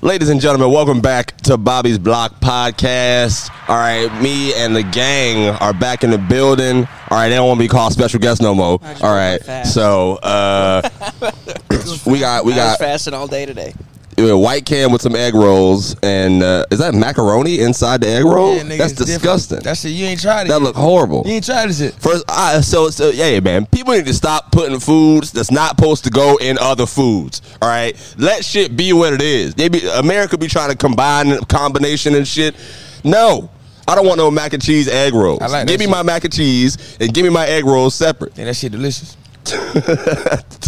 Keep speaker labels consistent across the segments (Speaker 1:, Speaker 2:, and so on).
Speaker 1: Ladies and gentlemen, welcome back to Bobby's Block Podcast. All right, me and the gang are back in the building. All right, they don't want to be called special guests no more.
Speaker 2: I just
Speaker 1: All
Speaker 2: went
Speaker 1: right,
Speaker 2: fast.
Speaker 1: so uh, we got we
Speaker 2: I was
Speaker 1: got
Speaker 2: fasting all day today.
Speaker 1: uh, white can with some egg rolls, and uh, is that macaroni inside the egg roll?
Speaker 3: Yeah, nigga,
Speaker 1: That's
Speaker 3: it's different.
Speaker 1: disgusting.
Speaker 3: That shit you ain't tried it.
Speaker 1: that
Speaker 3: yet.
Speaker 1: look horrible.
Speaker 3: you ain't tried this shit.
Speaker 1: First, I, so so yeah, man. People need to stop putting foods that's not supposed to go in other foods. All right, let shit be what it is. They be America be trying to combine combination and shit. No, I don't want no mac and cheese egg rolls.
Speaker 3: I like that
Speaker 1: give me
Speaker 3: shit.
Speaker 1: my mac and cheese and give me my egg rolls separate.
Speaker 3: Yeah, that shit delicious.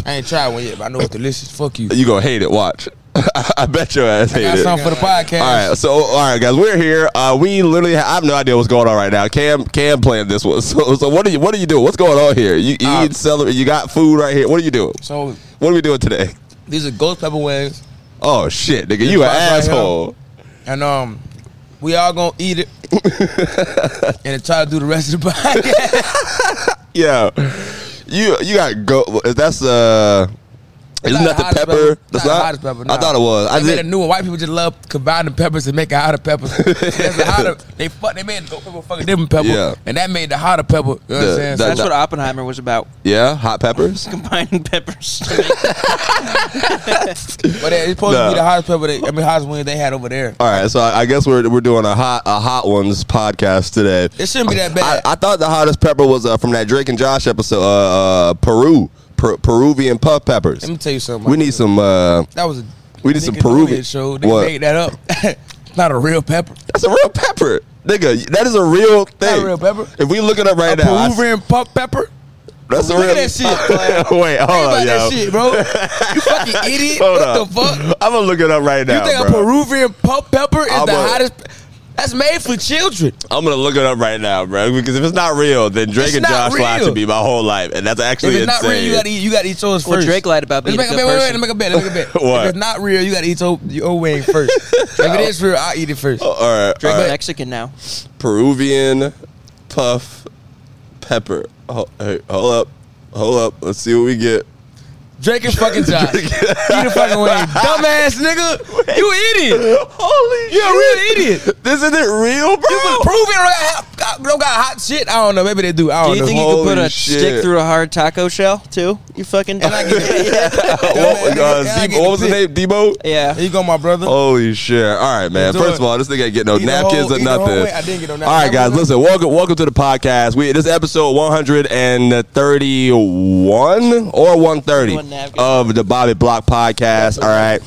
Speaker 3: I ain't tried one yet, but I know it's delicious. Fuck you.
Speaker 1: You gonna hate it. Watch. I bet your ass hate
Speaker 3: Got
Speaker 1: it.
Speaker 3: something for the podcast.
Speaker 1: All right, so all right, guys, we're here. Uh, we literally, I have no idea what's going on right now. Cam, Cam planned this one. So, so what are you? What are you doing? What's going on here? You, you
Speaker 3: Uh,
Speaker 1: eat celery. You got food right here. What are you doing?
Speaker 3: So
Speaker 1: What are we doing today?
Speaker 3: these are ghost pepper wings,
Speaker 1: Oh shit, nigga, you an
Speaker 3: box right
Speaker 1: asshole.
Speaker 3: and um, we all gonna eat it and try to do the rest of the podcast.
Speaker 1: Yeah, you you got go. That's uh,
Speaker 3: It's
Speaker 1: isn't that
Speaker 3: not
Speaker 1: the
Speaker 3: hottest
Speaker 1: pepper?
Speaker 3: pepper.
Speaker 1: That's
Speaker 3: Not the
Speaker 1: not.
Speaker 3: hottest pepper,
Speaker 1: I
Speaker 3: nah.
Speaker 1: thought it was. I
Speaker 3: They made a
Speaker 1: did.
Speaker 3: new one. White people just love combining peppers and making hotter peppers. That's the hotter. They fuck. They made the ghost pepper fucking different pepper,
Speaker 1: Yeah.
Speaker 3: and that made the hotter pepper. You know what
Speaker 1: The-
Speaker 3: I'm
Speaker 1: that-
Speaker 3: saying? So
Speaker 1: Uh,
Speaker 2: That's
Speaker 1: no.
Speaker 2: what Oppenheimer was about.
Speaker 1: Yeah, hot peppers.
Speaker 2: Combining peppers. to make-
Speaker 3: But it's supposed
Speaker 1: Nah. Uh,
Speaker 3: to be the hottest pepper. They, I mean, hottest wings they had over there.
Speaker 1: All right, so I, I guess we're we're doing a hot a hot ones podcast today.
Speaker 3: It shouldn't be that
Speaker 1: I,
Speaker 3: bad.
Speaker 1: I thought the hottest pepper was uh, from that Drake and Josh episode, uh, uh, Peru, per, Peruvian puff peppers.
Speaker 3: Let me tell you something.
Speaker 1: We need some. Uh,
Speaker 3: That was a.
Speaker 1: We need some
Speaker 3: nigga doing
Speaker 1: Peruvian-
Speaker 3: it Show. They
Speaker 1: What?
Speaker 3: made that up. It's Not a real pepper.
Speaker 1: that's a real pepper, nigga. That is a real thing.
Speaker 3: real pepper.
Speaker 1: If we look it up right
Speaker 3: A
Speaker 1: now, I s-
Speaker 3: Peruvian puff pepper.
Speaker 1: that's a
Speaker 3: Look
Speaker 1: real.
Speaker 3: at that shit.
Speaker 1: Wait, hold
Speaker 3: Think
Speaker 1: on,
Speaker 3: about
Speaker 1: yo.
Speaker 3: that shit, bro. You fucking idiot.
Speaker 1: Oh, Hold
Speaker 3: what
Speaker 1: up.
Speaker 3: the fuck?
Speaker 1: I'm gonna look it up right now.
Speaker 3: You think
Speaker 1: bro.
Speaker 3: a Peruvian puff pepper is
Speaker 1: I'm
Speaker 3: the
Speaker 1: a-
Speaker 3: hottest? pe- That's made for children.
Speaker 1: I'm gonna look it up right now, bro. Because if it's not real, then Drake
Speaker 3: It's
Speaker 1: and
Speaker 3: not
Speaker 1: Josh lied
Speaker 3: real.
Speaker 1: to me my whole life, and that's
Speaker 3: If
Speaker 1: actually
Speaker 3: it's not
Speaker 1: insane.
Speaker 3: real, you gotta eat. You gotta eat yours
Speaker 2: well,
Speaker 3: first.
Speaker 2: Drake lied about
Speaker 3: Let's
Speaker 2: being
Speaker 3: make
Speaker 2: a
Speaker 3: a
Speaker 2: good
Speaker 3: bet. Wait, wait,
Speaker 2: person.
Speaker 3: let's make a bet. Let's make a bet.
Speaker 1: What?
Speaker 3: If it's not real, you gotta eat your, your wing first. if it is real, I eat it first.
Speaker 1: all right,
Speaker 2: Drake
Speaker 1: all right.
Speaker 2: Mexican now.
Speaker 1: Peruvian puff pepper. Ho- hey, hold up, hold up. Let's see what we get.
Speaker 3: Drake and fucking Josh. eat a fucking wing, dumbass nigga. You idiot.
Speaker 1: Holy
Speaker 3: You're a real idiot.
Speaker 1: This isn't real, bro. Oh,
Speaker 3: Peruvian don't got, don't got hot shit. I don't know. Maybe they do. I
Speaker 2: Do
Speaker 3: don't
Speaker 2: you
Speaker 3: know.
Speaker 2: think you could put
Speaker 1: Holy
Speaker 2: a
Speaker 1: shit.
Speaker 2: stick through a hard taco shell too? You fucking.
Speaker 3: I get it.
Speaker 1: what, uh,
Speaker 3: Yeah, I
Speaker 1: Debo-
Speaker 3: get
Speaker 1: what was his
Speaker 3: the
Speaker 1: name? Oh, Debo.
Speaker 3: Here
Speaker 2: yeah.
Speaker 3: you go, my brother.
Speaker 1: Holy shit! All right, man.
Speaker 3: Let's do
Speaker 1: First
Speaker 3: it.
Speaker 1: of all, this nigga ain't get no
Speaker 3: Eat the
Speaker 1: napkins
Speaker 3: whole-
Speaker 1: or
Speaker 3: eat the whole
Speaker 1: nothing.
Speaker 3: way. I didn't get no
Speaker 1: All right,
Speaker 3: napkins.
Speaker 1: guys, listen. Welcome, welcome to the podcast. We this is episode one hundred and thirty-one or one thirty
Speaker 2: One napkin.
Speaker 1: of the Bobby Block podcast. All right.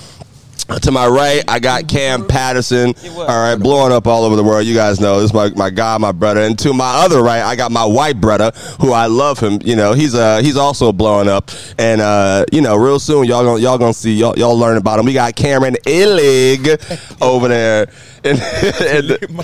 Speaker 1: To my right, I got Cam Patterson.
Speaker 2: It
Speaker 1: All
Speaker 2: was.
Speaker 1: right, blowing up all over the world. You guys know this is my my guy, my brother. And to my other right, I got my white brother, who I love him. You know, he's uh he's also blowing up. And uh, you know, real soon y'all gonna y'all gonna see y'all y'all learn about him. We got Cameron Illig over there. And, and-
Speaker 3: My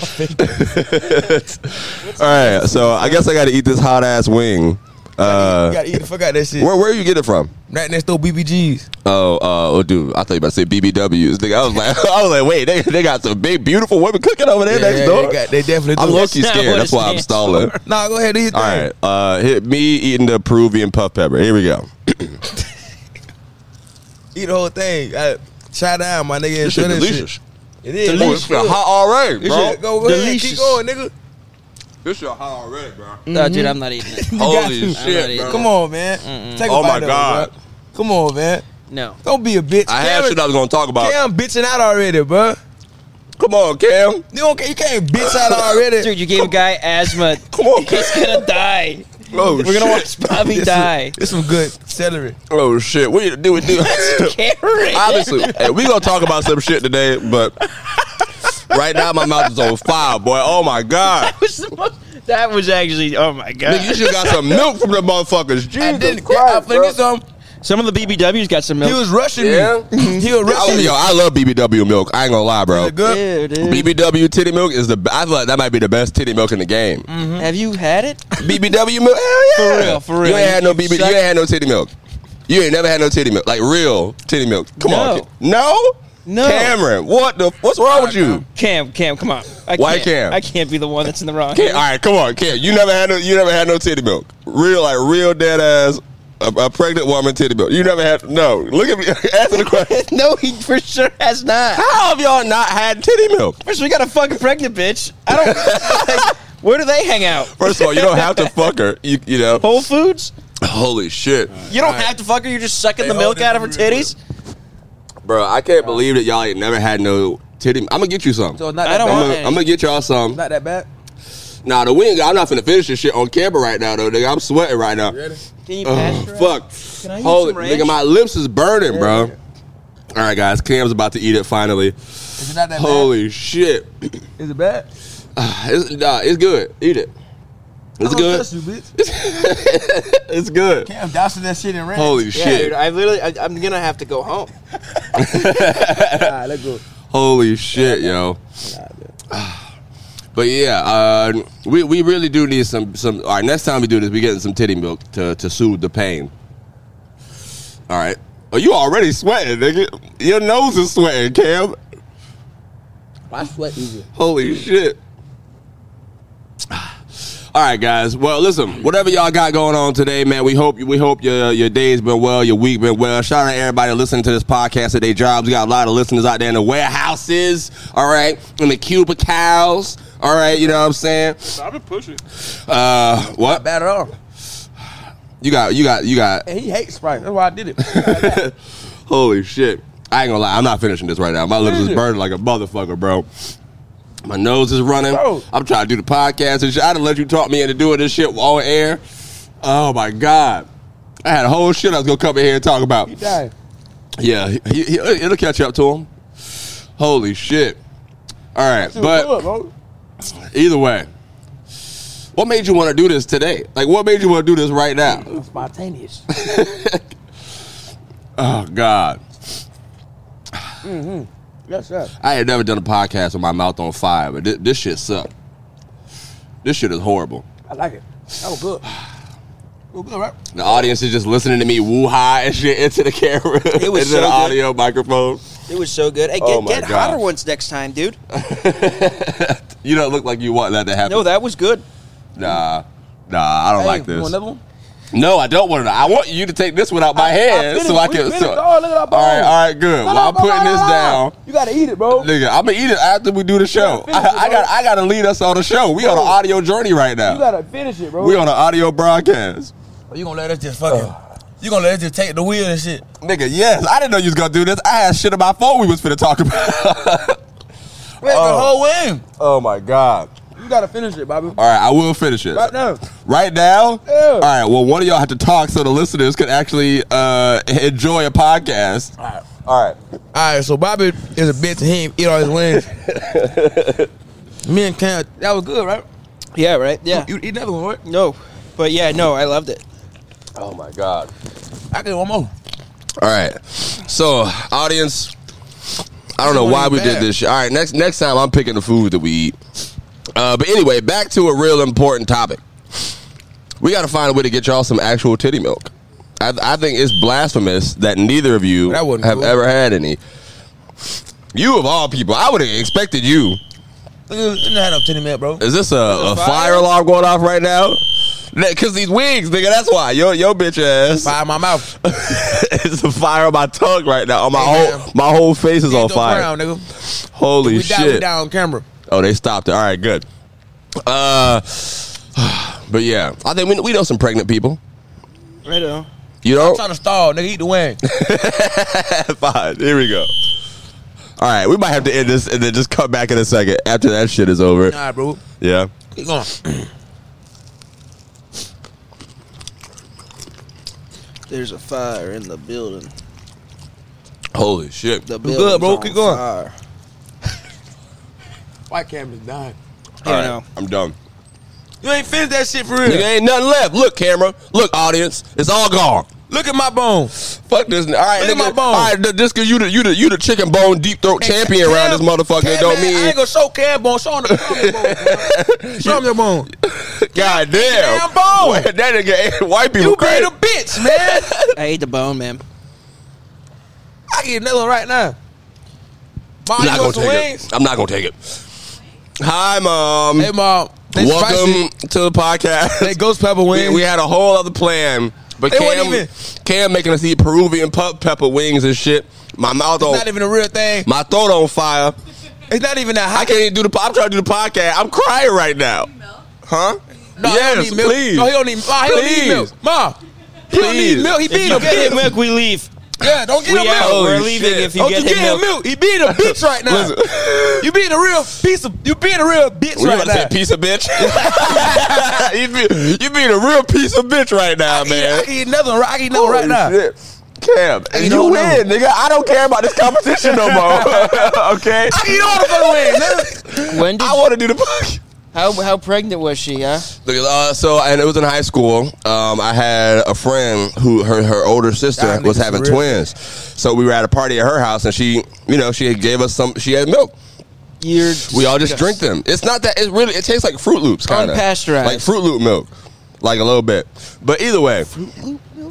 Speaker 3: finger.
Speaker 1: all right, so I guess I got to eat this hot ass wing.
Speaker 3: you
Speaker 1: Uh,
Speaker 3: gotta eat the fuck out that shit.
Speaker 1: where where you get it from?
Speaker 3: Right next door, BBGs.
Speaker 1: Oh, uh, oh, dude, I thought you were about to say BBWs. Nigga, I was like, I was like, wait, they, they got some big, beautiful women cooking over there next
Speaker 3: yeah,
Speaker 1: door.
Speaker 3: They, got, they definitely do.
Speaker 1: I'm low key
Speaker 2: That's not
Speaker 1: scared.
Speaker 2: what
Speaker 1: That's
Speaker 2: it
Speaker 1: why I'm
Speaker 2: stands
Speaker 1: stalling.
Speaker 3: Nah, go ahead. Do your thing.
Speaker 1: All right, uh, hit me eating the Peruvian puff pepper. Here we go.
Speaker 3: Eat the whole thing. Uh, Shout out, my nigga.
Speaker 1: This shit
Speaker 3: Enjoy that
Speaker 1: delicious.
Speaker 3: shit. It is.
Speaker 1: Oh, this shit hot already,
Speaker 3: This
Speaker 1: bro.
Speaker 3: shit- go, go ahead. Keep
Speaker 2: Delicious.
Speaker 3: going, nigga.
Speaker 1: This shit hot already, bro.
Speaker 2: No, Oh,
Speaker 3: Mm-hmm.
Speaker 2: dude, I'm not eating it.
Speaker 3: You got
Speaker 1: Holy
Speaker 3: to.
Speaker 1: shit, bro.
Speaker 3: Come on, man. Take a
Speaker 1: Oh, my
Speaker 3: bite of it,
Speaker 1: God.
Speaker 3: bro. Come on, man.
Speaker 2: No.
Speaker 3: Don't be a bitch.
Speaker 1: I had
Speaker 3: Cameron-
Speaker 1: shit I was gonna talk about.
Speaker 3: Cam bitching out already, bro.
Speaker 1: Come on, Cam.
Speaker 3: You don't. You can't bitch out already.
Speaker 2: Dude, you gave a guy asthma.
Speaker 1: Come on, Cam.
Speaker 2: He's gonna die.
Speaker 1: Oh
Speaker 2: We're gonna
Speaker 1: shit.
Speaker 2: watch Bobby
Speaker 3: This
Speaker 2: die.
Speaker 3: Is, this some good celery.
Speaker 1: Oh shit. We do we do.
Speaker 2: Karen.
Speaker 1: Obviously, hey, we gonna talk about some shit today, but right now my mouth is on fire, boy. Oh my god.
Speaker 2: was the most- that was actually oh my
Speaker 1: Nigga, you
Speaker 2: god.
Speaker 1: should got some milk from the motherfuckers. Jesus
Speaker 3: I didn't. I
Speaker 1: Christ,
Speaker 3: finna
Speaker 1: bro.
Speaker 3: get some.
Speaker 2: Some of the BBWs got some milk.
Speaker 3: um, He was rushing
Speaker 1: Yeah.
Speaker 3: me. He was
Speaker 1: I,
Speaker 3: rushing me.
Speaker 1: Oh, yo, I love BBW milk. I ain't gonna lie, bro.
Speaker 3: Is it good?
Speaker 2: Ew, dude.
Speaker 1: BBW titty milk is the. I feel like that might be the best titty milk in the game.
Speaker 2: Have you had it?
Speaker 1: BBW milk, hell yeah.
Speaker 2: Mm. For real, for real.
Speaker 1: You ain't had no BB. You
Speaker 2: Suck-
Speaker 1: ain't had no titty milk. You ain't never had no titty milk, like real titty milk. Come on,
Speaker 2: No.
Speaker 1: kid. no,
Speaker 2: No.
Speaker 1: Cameron, what the? What's wrong with you?
Speaker 2: Cam, Cam, come on. I
Speaker 1: Why
Speaker 2: can't,
Speaker 1: Cam?
Speaker 2: I can't be the one that's in the wrong.
Speaker 1: Cam, all right, come on, Cam. You never had no. You never had no titty milk. Real, like real dead ass a, a pregnant woman titty milk. You never had no. Look at me answer the question.
Speaker 2: No, he for sure has not.
Speaker 1: How have y'all not had titty milk?
Speaker 2: First, we got a fucking pregnant bitch. I don't. like, where do they hang out?
Speaker 1: First of all, you don't have to fuck her. You you know.
Speaker 2: Whole Foods.
Speaker 1: Holy shit,
Speaker 2: You don't have to fuck her. You're just sucking the
Speaker 3: They
Speaker 2: milk
Speaker 3: hold it
Speaker 2: out of her
Speaker 3: in real
Speaker 2: titties.
Speaker 1: bro! I can't believe that y'all ain't never had no titty. I'm gonna get you some.
Speaker 3: So
Speaker 1: I'm
Speaker 3: it's not
Speaker 2: I
Speaker 3: that
Speaker 2: don't
Speaker 3: bad.
Speaker 2: want
Speaker 1: gonna,
Speaker 2: any.
Speaker 1: I'm gonna get y'all some.
Speaker 3: Not that bad.
Speaker 1: Nah, the wing. I'm not finna finish this shit on camera right now, though. Nigga, I'm sweating right now.
Speaker 3: Ready?
Speaker 2: Can you
Speaker 1: Ugh,
Speaker 2: pass her out?
Speaker 1: uh, fuck.
Speaker 2: Can I eat
Speaker 1: Hold it,
Speaker 2: some ranch?
Speaker 1: nigga. My lips is burning, bro. All right, guys. Cam's about to eat it finally.
Speaker 3: Is it not that
Speaker 1: Holy shit.
Speaker 3: bad? Is it bad?
Speaker 1: It's, nah, it's good. Eat it. It's
Speaker 3: I don't
Speaker 1: good.
Speaker 3: trust you, bitch.
Speaker 1: It's good.
Speaker 3: Cam dousing that shit in ranch.
Speaker 1: Holy
Speaker 2: Yeah,
Speaker 1: shit.
Speaker 2: dude, I literally, I, I'm gonna have to go home.
Speaker 3: All right, let's go.
Speaker 1: Holy shit, yo. But yeah, uh, we, we really do need some some. All right, next time we do this, we getting some titty milk to, to soothe the pain. All right. Oh, you already sweating, nigga. Your nose is sweating, Cam.
Speaker 3: I sweat easier.
Speaker 1: Holy shit. All right, guys. Well, listen. Whatever y'all got going on today, man. We hope we hope your your day's been well, your week been well. Shout out to everybody listening to this podcast at their jobs. We got a lot of listeners out there in the warehouses. All right, in the cubicles. All right, you know what I'm saying.
Speaker 2: I've been pushing.
Speaker 1: Uh, what
Speaker 3: Bad at all.
Speaker 1: you got? You got? You got?
Speaker 3: And he hates Sprite. That's why I did it.
Speaker 1: Holy shit! I ain't gonna lie. I'm not finishing this right now. My lips is
Speaker 3: Finish it.
Speaker 1: burning like a motherfucker, bro. My nose is running.
Speaker 3: Bro.
Speaker 1: I'm trying to do the podcast and shit. I done let you talk me into doing this shit on air. Oh my god! I had a whole shit I was gonna come in here and talk about.
Speaker 3: He died.
Speaker 1: Yeah, he, he, he- it'll catch up to him. Holy shit! All right,
Speaker 3: Dude,
Speaker 1: but
Speaker 3: look, bro.
Speaker 1: either way, what made you want to do this today? Like, what made you want to do this right now?
Speaker 3: I'm spontaneous.
Speaker 1: Oh God.
Speaker 3: yes, yes.
Speaker 1: I had never done a podcast with my mouth on fire, but thi- this shit sucked. This shit is horrible.
Speaker 3: I like it. That was good. That was good, right?
Speaker 1: The audience is just listening to me woo high and shit into the camera,
Speaker 2: It was
Speaker 1: into
Speaker 2: so
Speaker 1: the
Speaker 2: good.
Speaker 1: audio microphone.
Speaker 2: It was so good. Hey, get,
Speaker 1: Oh my
Speaker 2: get
Speaker 1: God.
Speaker 2: hotter ones next time, dude.
Speaker 1: You don't look like you want that to happen.
Speaker 2: No, that was good.
Speaker 1: nah, nah, I don't like
Speaker 3: Hey, you want
Speaker 1: this.
Speaker 3: another one?
Speaker 1: No, I don't want to. I want you to take this one out my
Speaker 3: I- I
Speaker 1: hand so
Speaker 3: finished.
Speaker 1: I
Speaker 3: We
Speaker 1: can.
Speaker 3: finished.
Speaker 1: So,
Speaker 3: Oh, look at our
Speaker 1: all right,
Speaker 3: bowl.
Speaker 1: all right, good.
Speaker 3: No,
Speaker 1: While
Speaker 3: no,
Speaker 1: I'm
Speaker 3: no,
Speaker 1: putting
Speaker 3: no,
Speaker 1: this
Speaker 3: no, no.
Speaker 1: down.
Speaker 3: You gotta eat it, bro. You
Speaker 1: Nigga, I'm gonna eat it after we do the show.
Speaker 3: finish it,
Speaker 1: I, I
Speaker 3: bro.
Speaker 1: got, I gotta lead us on the show. We on an audio journey right now.
Speaker 3: gotta finish it, bro.
Speaker 1: We on an audio broadcast.
Speaker 3: Oh, you gonna let us just fucking. You gonna let us just take the wheel and shit.
Speaker 1: Nigga, yes. I didn't know you was gonna do this. I had shit about phone we was finna talk about.
Speaker 3: Where's
Speaker 1: Oh.
Speaker 3: the whole win?
Speaker 1: oh my god.
Speaker 3: You gotta finish it, Bobby.
Speaker 1: All right, I will finish it.
Speaker 3: Right now.
Speaker 1: Right now?
Speaker 3: Yeah.
Speaker 1: All right, well, one of y'all have to talk so the listeners can actually uh, enjoy a podcast. All right. All right.
Speaker 3: All right, so Bobby is a bitch and he ain't eat all his wings. Me and Cam, that was good, right?
Speaker 2: Yeah, right. Yeah.
Speaker 3: You, you eat another one, right?
Speaker 2: No, but yeah, no, I loved it.
Speaker 1: Oh my god.
Speaker 3: I can eat one more.
Speaker 1: All right. So, audience, I don't know why we did this shit. All right, next next time I'm picking the food that we eat. Uh, but anyway, back to a real important topic. We got to find a way to get y'all some actual titty milk. I, I think it's blasphemous that neither of you
Speaker 3: That
Speaker 1: have
Speaker 3: wasn't cool.
Speaker 1: ever had any. You of all people, I would have expected you.
Speaker 3: Look at this. You done had no titty milk, bro.
Speaker 1: Is this a, a
Speaker 2: fire?
Speaker 1: fire alarm going off right now? Because these wigs, nigga, that's why. Yo, yo, bitch ass.
Speaker 3: Fire in my mouth.
Speaker 1: it's a fire on my tongue right now. On my
Speaker 3: Hey,
Speaker 1: whole
Speaker 3: man.
Speaker 1: my whole face is
Speaker 3: Get
Speaker 1: on
Speaker 3: your
Speaker 1: fire.
Speaker 3: crown, nigga.
Speaker 1: Holy
Speaker 3: We died, we
Speaker 1: shit!
Speaker 3: died on camera.
Speaker 1: Oh, they stopped it. All right, good. Uh, but yeah, I think we, we know some pregnant people.
Speaker 2: Right on.
Speaker 1: You know,
Speaker 3: Trying to stall, nigga, eat the wing.
Speaker 1: fine. Here we go. All right, we might have to end this and then just come back in a second after that shit is over.
Speaker 3: Nah, bro.
Speaker 1: Yeah.
Speaker 3: Keep going.
Speaker 2: There's a fire in the building.
Speaker 1: Holy shit.
Speaker 2: The building's
Speaker 3: good, bro.
Speaker 2: on
Speaker 3: Keep going.
Speaker 2: Fire.
Speaker 3: White camera's dying.
Speaker 1: All right,
Speaker 2: You know.
Speaker 1: I'm done.
Speaker 3: You ain't finished that shit for real.
Speaker 1: Nigga, ain't nothing left. Look, camera. Look, audience. It's all gone.
Speaker 3: Look at my bone.
Speaker 1: Fuck this. All right,
Speaker 3: Look at
Speaker 1: nigga.
Speaker 3: my bone.
Speaker 1: All right, th- this cause you the you the you the chicken bone deep throat champion
Speaker 3: Cam-
Speaker 1: around this motherfucker.
Speaker 3: Cam,
Speaker 1: It don't
Speaker 3: man, I
Speaker 1: mean
Speaker 3: ain't gonna show Cam bone. Show him the show him your bone. bro. Show him your bone.
Speaker 1: God damn.
Speaker 3: Cam bone.
Speaker 1: Wait, that nigga white people
Speaker 3: You be
Speaker 1: crazy.
Speaker 3: the bitch, man.
Speaker 2: I ate the bone, man.
Speaker 3: I can eat another one right now. Mom,
Speaker 1: I'm
Speaker 3: you
Speaker 1: not gonna
Speaker 3: want some
Speaker 1: take
Speaker 3: wings?
Speaker 1: it. I'm not gonna take it. Hi, mom.
Speaker 3: Hey, mom. They
Speaker 1: Welcome
Speaker 3: spicy.
Speaker 1: to the podcast.
Speaker 3: They ghost pepper
Speaker 1: we,
Speaker 3: wings.
Speaker 1: we had a whole other plan, But
Speaker 3: They
Speaker 1: Cam,
Speaker 3: wasn't even-
Speaker 1: Cam making us eat Peruvian pup pepper wings and shit. My mouth on,
Speaker 3: It's not even a real thing.
Speaker 1: my throat on fire.
Speaker 3: It's not even that hot.
Speaker 1: I can't even do the. po- I'm trying to do the podcast. I'm crying right now. Huh?
Speaker 3: No,
Speaker 1: yes,
Speaker 3: he don't need milk.
Speaker 1: please.
Speaker 3: No, he don't need, Ma, he don't need
Speaker 1: Please.
Speaker 3: milk. Ma, he don't
Speaker 1: Please.
Speaker 3: need milk. He
Speaker 2: If
Speaker 3: being
Speaker 2: you
Speaker 3: a
Speaker 2: get him
Speaker 3: bitch.
Speaker 2: milk, we leave.
Speaker 3: Yeah, don't get
Speaker 2: We
Speaker 3: him
Speaker 2: out.
Speaker 3: milk.
Speaker 2: We're
Speaker 1: Holy
Speaker 2: leaving
Speaker 1: shit.
Speaker 2: if you
Speaker 3: Don't
Speaker 2: get
Speaker 3: you
Speaker 2: him
Speaker 3: get
Speaker 2: milk.
Speaker 3: him milk. He being a bitch right now.
Speaker 1: Listen.
Speaker 3: You being a real piece of. You being a real bitch
Speaker 1: We
Speaker 3: right
Speaker 1: about to say
Speaker 3: now.
Speaker 1: piece of bitch. you, be, you being a real piece of bitch right now, man.
Speaker 3: I can eat nothing. I can eat nothing right
Speaker 1: Holy
Speaker 3: now.
Speaker 1: shit. Cam, and you
Speaker 3: don't
Speaker 1: win, nigga. I don't care about this competition no more. okay,
Speaker 3: I can eat all the fucking wings. nigga.
Speaker 2: When did
Speaker 1: I want to do the podcast.
Speaker 2: how how pregnant was she? Huh?
Speaker 1: Uh, so, and it was in high school. Um, I had a friend who her her older sister
Speaker 3: Y'all niggas
Speaker 1: was having
Speaker 3: real.
Speaker 1: twins, so we were at a party at her house, and she, you know, she gave us some. She had milk.
Speaker 2: You're
Speaker 1: We all just drink them. It's not that. It really it tastes like Fruit Loops, kind of
Speaker 2: Unpasteurized.
Speaker 1: like Fruit Loop milk, like a little bit. But either way,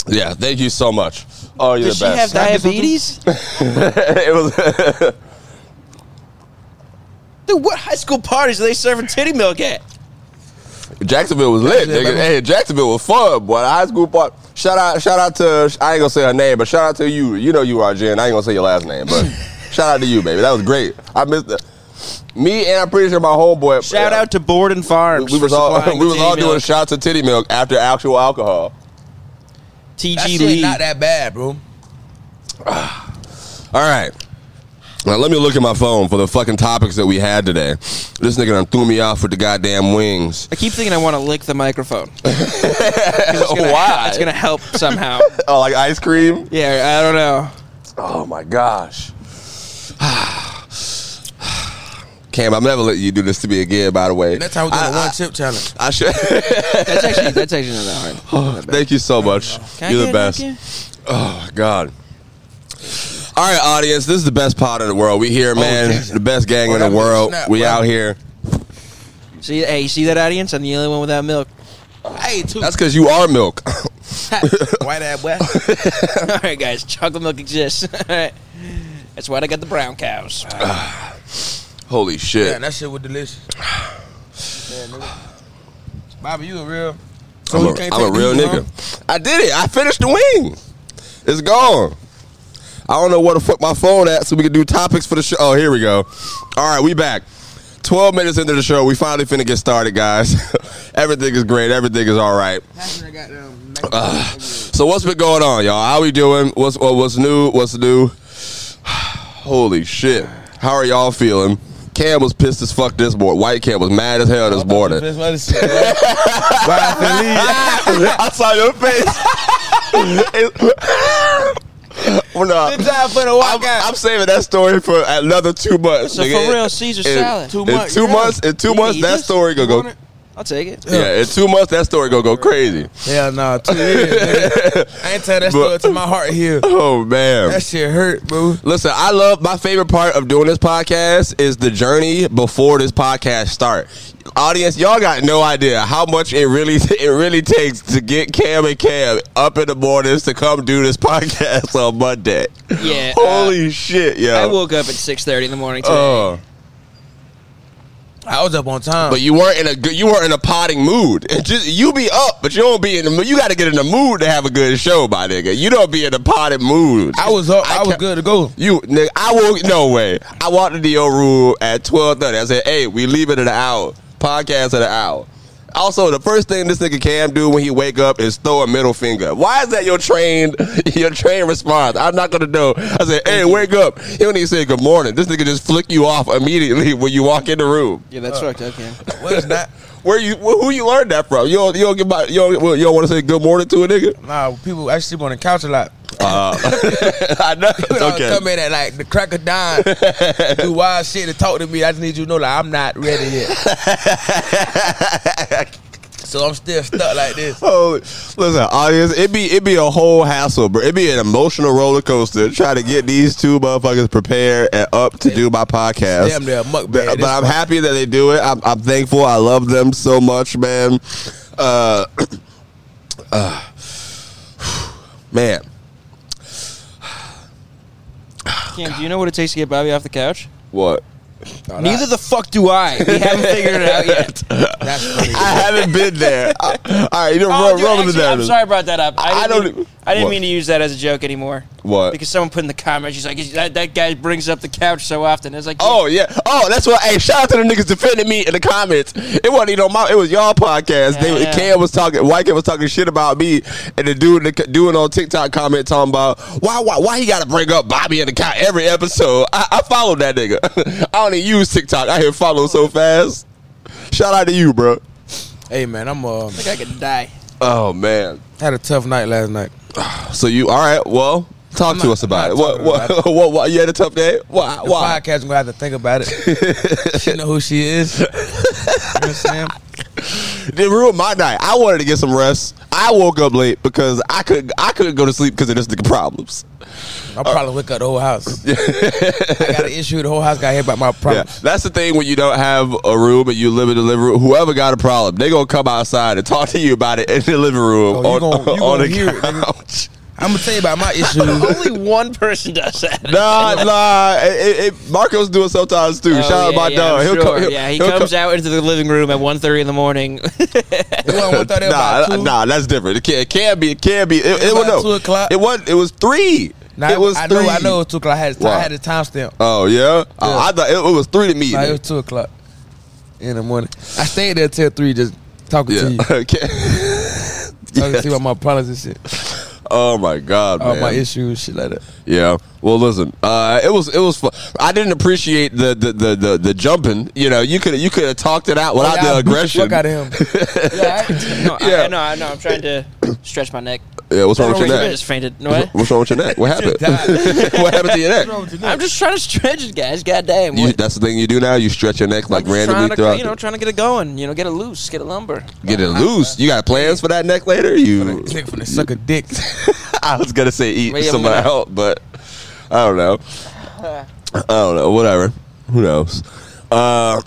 Speaker 1: yeah. Thank you so much. Oh, you're
Speaker 2: Does she
Speaker 1: the
Speaker 2: have
Speaker 1: best.
Speaker 2: diabetes?
Speaker 1: it was.
Speaker 2: Dude, what high school parties are they serving titty milk at?
Speaker 1: Jacksonville was lit,
Speaker 3: Yeah,
Speaker 1: nigga.
Speaker 3: like-
Speaker 1: Hey, Jacksonville was fun, boy. The high school part. Shout out, shout out to. I ain't gonna say her name, but shout out to you. You know you are Jen. I ain't gonna say your last name, but shout out to you, baby. That was great. I missed the, me and I'm pretty sure my homeboy.
Speaker 2: Shout out to Borden Farms.
Speaker 1: We was
Speaker 2: for
Speaker 1: all
Speaker 2: supplying
Speaker 1: we
Speaker 2: the
Speaker 1: was
Speaker 2: titty
Speaker 1: all doing
Speaker 2: milk.
Speaker 1: shout out to titty milk after actual alcohol.
Speaker 2: TG
Speaker 3: That shit
Speaker 2: Lee.
Speaker 3: not that bad, bro.
Speaker 1: All right. Now let me look at my phone for the fucking topics that we had today. This nigga done threw me off with the goddamn wings.
Speaker 2: I keep thinking I want to lick the microphone. It's gonna-
Speaker 1: Why?
Speaker 2: It's gonna help somehow.
Speaker 1: oh, like ice cream?
Speaker 2: yeah, I don't know.
Speaker 1: Oh my gosh. Cam, I'm never let you do this to me again, by the way.
Speaker 3: That time we did
Speaker 1: I,
Speaker 3: a one chip challenge.
Speaker 1: I should
Speaker 2: That's actually that's actually not that hard.
Speaker 1: Thank you so much.
Speaker 2: Can I
Speaker 1: You're the
Speaker 2: get-
Speaker 1: best.
Speaker 2: can I
Speaker 1: Oh my god. All right, audience, this is the best pod in the world. We here, man.
Speaker 3: Jesus.
Speaker 1: the best gang
Speaker 3: Oh,
Speaker 1: in the
Speaker 3: that was a
Speaker 1: world.
Speaker 3: snap,
Speaker 1: we
Speaker 3: bro.
Speaker 1: out here.
Speaker 2: get- See, hey, you see that audience? I'm the only one without milk.
Speaker 3: Hey, two.
Speaker 1: That's because you are milk.
Speaker 3: white ass boy.
Speaker 2: All right, guys, chocolate milk exists. All right. That's why they got the brown cows.
Speaker 1: Holy shit.
Speaker 3: Man, that shit was delicious. Man, nigga. Bobby, you a real.
Speaker 1: I'm,
Speaker 3: you
Speaker 1: a,
Speaker 3: can't
Speaker 1: I'm a
Speaker 3: take
Speaker 1: real
Speaker 3: these,
Speaker 1: nigga.
Speaker 3: huh?
Speaker 1: I did it. I finished the wing. It's gone. I don't know where the fuck my phone at, so we can do topics for the show. Oh, here we go. All right, we back. Twelve minutes into the show, we finally finna get started, guys. Everything is great. Everything is all right. So what's been going on, y'all? How we doing? What's uh, what's new? What's new? Holy shit! How are y'all feeling? Cam was pissed as fuck this morning. White Cam was mad as hell this morning.
Speaker 3: That's what it's- Bye, Feliz.
Speaker 1: I saw your face. well, nah,
Speaker 3: Good job for the
Speaker 1: I'm,
Speaker 3: walkout.
Speaker 1: I'm saving that story for another two months.
Speaker 2: So
Speaker 1: nigga.
Speaker 2: for real, Caesar
Speaker 1: In-
Speaker 2: salad.
Speaker 1: In
Speaker 3: Two
Speaker 1: two months,
Speaker 3: months,
Speaker 1: in two
Speaker 3: yeah.
Speaker 1: months,
Speaker 2: You can eat
Speaker 1: that
Speaker 2: this?
Speaker 1: story gonna go.
Speaker 2: I'll take it.
Speaker 1: Yeah, in two months, that story gonna go crazy.
Speaker 3: Hell no, two years. nigga. I ain't tell that story
Speaker 1: But-
Speaker 3: to my heart here.
Speaker 1: Oh man.
Speaker 3: That shit hurt, bro.
Speaker 1: Listen, I love my favorite part of doing this podcast is the journey before this podcast start. Audience, y'all got no idea how much it really it really takes to get Cam and Cam up in the mornings to come do this podcast on Monday.
Speaker 2: Yeah,
Speaker 1: Holy shit, yo.
Speaker 2: uh, I woke up at 6:30 in the morning today.
Speaker 1: Uh,
Speaker 3: I was up on time.
Speaker 1: but you weren't in a good, you weren't in a potting mood. It just you be up, but you don't be in the mood. You got to get in the mood to have a good show, my nigga. You don't be in a potted mood.
Speaker 3: I was up. I, was
Speaker 1: kept-
Speaker 3: good to go.
Speaker 1: You nigga, I woke no way. I walked into your room at twelve thirty. I said, "Hey, we leaving in an hour. Podcast in an hour." Also, the first thing this nigga Cam do when he wake up is throw a middle finger. Why is that your trained your trained response? I'm not gonna know. I said, "Hey, wake up." He don't even say good morning. This nigga just flick you off immediately when you walk in the room.
Speaker 2: Yeah, that's fucked up, Cam.
Speaker 3: What is that?
Speaker 1: Where you who you learned that from? You don't you don't get my, you don't, well, you don't want to say good morning to a nigga.
Speaker 3: Nah, people I sleep on the couch a lot.
Speaker 1: Uh, I know.
Speaker 3: People always
Speaker 1: Okay.
Speaker 3: come in at like the crack of dawn, do wild shit and talk to me. I just need you to know like I'm not ready yet. so I'm still stuck like this.
Speaker 1: Oh, listen, audience, it be it be a whole hassle, bro. It be an emotional roller coaster trying to get these two motherfuckers prepared and up to do my podcast.
Speaker 3: Damn, they're a mukbang.
Speaker 1: But,
Speaker 3: This
Speaker 1: but I'm happy that they do it. I'm, I'm thankful. I love them so much, man. Uh, uh, man,
Speaker 2: Cam, do you know what it takes to get Bobby off the couch?
Speaker 1: what?
Speaker 2: Neither the fuck do I. We haven't figured it out yet.
Speaker 3: That's funny.
Speaker 1: I haven't been there. I, all right, you know,
Speaker 2: Oh,
Speaker 1: roll,
Speaker 2: dude,
Speaker 1: roll with
Speaker 2: actually,
Speaker 1: the
Speaker 2: I'm
Speaker 1: narrative.
Speaker 2: sorry I brought that up. I,
Speaker 1: I
Speaker 2: didn't
Speaker 1: don't
Speaker 2: Mean,
Speaker 1: e-
Speaker 2: I didn't
Speaker 1: What?
Speaker 2: mean to use that as a joke anymore.
Speaker 1: What?
Speaker 2: Because someone put in the comments, she's like, that, that guy brings up the couch so often. It's like,
Speaker 1: Oh yeah. Oh, that's what. Hey, shout out to the niggas defending me in the comments. It wasn't even on my. It was y'all podcast. they,
Speaker 2: yeah.
Speaker 1: Cam was talking. White kid was talking shit about me, and the dude, the dude on TikTok comment talking about why, why, why he got to bring up Bobby in the couch every episode. I, I followed that nigga. I don't even use TikTok. I hit follow so fast. Shout out to you, bro.
Speaker 3: hey man, I'm uh,
Speaker 2: I think I could die.
Speaker 1: Oh man.
Speaker 3: had a tough night last night.
Speaker 1: So you all right? Well, talk to
Speaker 3: not-
Speaker 1: us about it.
Speaker 3: I'm not
Speaker 1: What,
Speaker 3: talking
Speaker 1: what,
Speaker 3: about
Speaker 1: what, what, You had a tough day. Why?
Speaker 3: The
Speaker 1: Why?
Speaker 3: podcast, I'm gonna have to think about it. she know who she is. You know what I'm saying?
Speaker 1: It ruined my night. I wanted to get some rest. I woke up late because I could I couldn't go to sleep because of this nigga problems.
Speaker 3: I'll
Speaker 1: Uh,
Speaker 3: probably wake up the whole house. I got an issue. The whole house got hit by my
Speaker 1: Yeah,
Speaker 3: problems.
Speaker 1: that's the thing when you don't have a room and you live in the living room. Whoever got a problem, they gonna come outside and talk to you about it in the living room
Speaker 3: Oh, you
Speaker 1: on,
Speaker 3: gonna- you
Speaker 1: on
Speaker 3: gonna
Speaker 1: the
Speaker 3: hear it, nigga.
Speaker 1: couch.
Speaker 3: I'm gonna tell you about my issue.
Speaker 2: Only one person does that.
Speaker 1: nah, nah. It, it, it, Marcos do it sometimes too.
Speaker 2: Oh,
Speaker 1: Shout out
Speaker 2: yeah,
Speaker 1: my
Speaker 2: yeah,
Speaker 1: dog.
Speaker 2: I'm
Speaker 1: He'll
Speaker 2: sure.
Speaker 1: come. he'll-
Speaker 2: yeah, he
Speaker 1: he'll
Speaker 2: comes
Speaker 1: come-
Speaker 2: out into the living room at 1.30 in the morning.
Speaker 3: It wasn't one thirty, it was
Speaker 1: Nah,
Speaker 3: about two.
Speaker 1: nah, that's different. It can, it can be. It can be. It, it,
Speaker 3: About
Speaker 1: was no.
Speaker 3: two o'clock.
Speaker 1: It was. It was three.
Speaker 3: Nah,
Speaker 1: it was
Speaker 3: I
Speaker 1: three.
Speaker 3: know, I know it was two o'clock. I had, a ti-
Speaker 1: Wow.
Speaker 3: I had a timestamp.
Speaker 1: Oh yeah. Oh,
Speaker 3: Yeah.
Speaker 1: I thought it, it was three to me.
Speaker 3: Nah,
Speaker 1: nigga.
Speaker 3: it was two o'clock in the morning. I stayed there till three, just talking
Speaker 1: Yeah.
Speaker 3: to you,
Speaker 1: Okay.
Speaker 3: talking
Speaker 1: Yes.
Speaker 3: to you about my problems and shit,
Speaker 1: Oh my God,
Speaker 3: all
Speaker 1: man.
Speaker 3: my issues, shit like that.
Speaker 1: Yeah. Well, listen. Uh, it was it was fun. I didn't appreciate the the the the, the jumping. You know, you could you could have talked it out without
Speaker 3: Like, I
Speaker 1: the
Speaker 3: beat
Speaker 1: aggression.
Speaker 3: Fuck out of him.
Speaker 2: yeah, I, no,
Speaker 1: Yeah.
Speaker 2: I, no, I know. I'm trying to stretch my neck.
Speaker 1: Yeah. What's wrong with your
Speaker 2: I
Speaker 1: neck?
Speaker 2: just fainted. No,
Speaker 1: What's,
Speaker 2: What?
Speaker 1: wrong with your neck? What happened?
Speaker 3: Just
Speaker 1: what happened to your neck?
Speaker 2: I'm just trying to stretch it, guys. Goddamn.
Speaker 1: You,
Speaker 2: what-
Speaker 1: that's the thing you do now. You stretch your neck like
Speaker 2: I'm just
Speaker 1: randomly
Speaker 2: trying to,
Speaker 1: throughout.
Speaker 2: you know, trying to get it going. You know, get it loose, get it lumber.
Speaker 1: get it loose. You got plans for that neck later? You.
Speaker 3: Dick from the sucker dick.
Speaker 1: I was gonna say eat
Speaker 2: Maybe I'm
Speaker 1: somebody
Speaker 2: gonna-
Speaker 1: out, but I don't know. I don't know. Whatever. Who knows? Uh,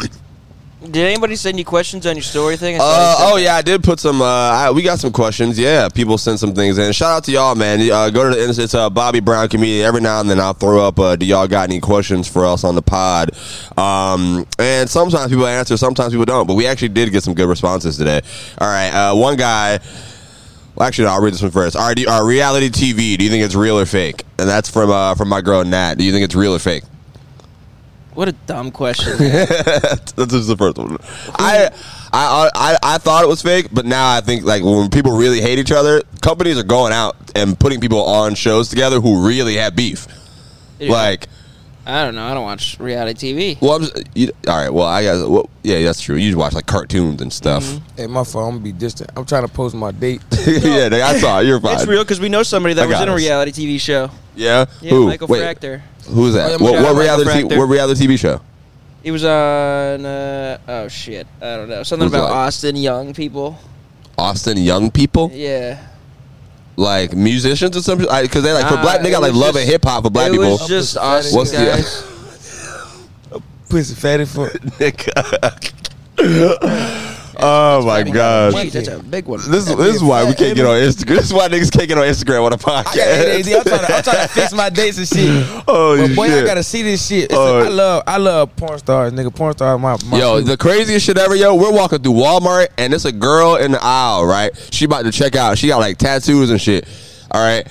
Speaker 2: Did anybody send you questions on your story thing? I
Speaker 1: Uh,
Speaker 2: saw you
Speaker 1: oh
Speaker 2: sent-
Speaker 1: yeah, I did put some. Uh, I, we got some questions. Yeah, people sent some things in. Shout out to y'all, man. Uh, go to the Insta- it's uh, Bobby Brown comedian. Every now and then I'll throw up. Uh, do y'all got any questions for us on the pod? Um, and sometimes people answer, sometimes people don't. But we actually did get some good responses today. All right, uh, one guy. Well, actually, no, I'll read this one first. All right, do- uh, reality TV. Do you think it's real or fake? And that's from uh, from my girl Nat. Do you think it's real or fake? oh.
Speaker 2: What a dumb question. man.
Speaker 1: This is the first one. I, I I I thought it was fake, but now I think like when people really hate each other, companies are going out and putting people on shows together who really have beef.
Speaker 2: Dude,
Speaker 1: Like,
Speaker 2: I don't know. I don't watch reality TV.
Speaker 1: well, I'm s- you, all right. Well, I guess well, yeah, that's true. You just watch like cartoons and stuff.
Speaker 2: Mm-hmm.
Speaker 3: hey, my fault. I'm gonna be distant. I'm trying to post my date.
Speaker 1: yeah, nigga, I saw it. You're fine.
Speaker 2: It's real because we know somebody
Speaker 1: I
Speaker 2: that was
Speaker 1: got
Speaker 2: in a
Speaker 1: us.
Speaker 2: reality TV show.
Speaker 1: Yeah.
Speaker 2: Yeah,
Speaker 1: who?
Speaker 2: Michael
Speaker 1: Wait,
Speaker 2: Fractor.
Speaker 1: who is
Speaker 3: Oh, yeah,
Speaker 1: that? What,
Speaker 2: Michael
Speaker 1: what reality?
Speaker 2: Fractor.
Speaker 1: What reality TV show?
Speaker 2: He was on. Uh, oh shit! I don't know. Something
Speaker 1: Who's
Speaker 2: about
Speaker 1: that?
Speaker 2: Austin Young people.
Speaker 1: Austin Young people
Speaker 2: Yeah.
Speaker 1: like musicians or something because they like for
Speaker 2: Nah,
Speaker 1: black they
Speaker 2: it
Speaker 1: got like
Speaker 2: was
Speaker 1: love
Speaker 2: Uh, just-
Speaker 1: and hip hop for black
Speaker 2: it
Speaker 1: people.
Speaker 2: was just Austin
Speaker 1: What's the-
Speaker 2: guys.
Speaker 3: Pussy fatty foot.
Speaker 1: oh my
Speaker 2: Jeez,
Speaker 1: god.
Speaker 2: that's a big one.
Speaker 1: This, this is why we can't get on Instagram. This is why niggas can't get on Instagram on a
Speaker 3: I got ADHD. I'm
Speaker 1: podcast.
Speaker 3: trying, to, I'm trying to fix my dates and shit.
Speaker 1: Holy
Speaker 3: But boy,
Speaker 1: Oh, shit.
Speaker 3: I gotta see this shit. It's
Speaker 1: Oh.
Speaker 3: I love, I love porn stars, nigga. Porn stars, my, my
Speaker 1: Yo,
Speaker 3: shoe.
Speaker 1: the craziest shit ever, yo. We're walking through Walmart and it's a girl in the aisle, right? She about to check out. She got like tattoos and shit. All right.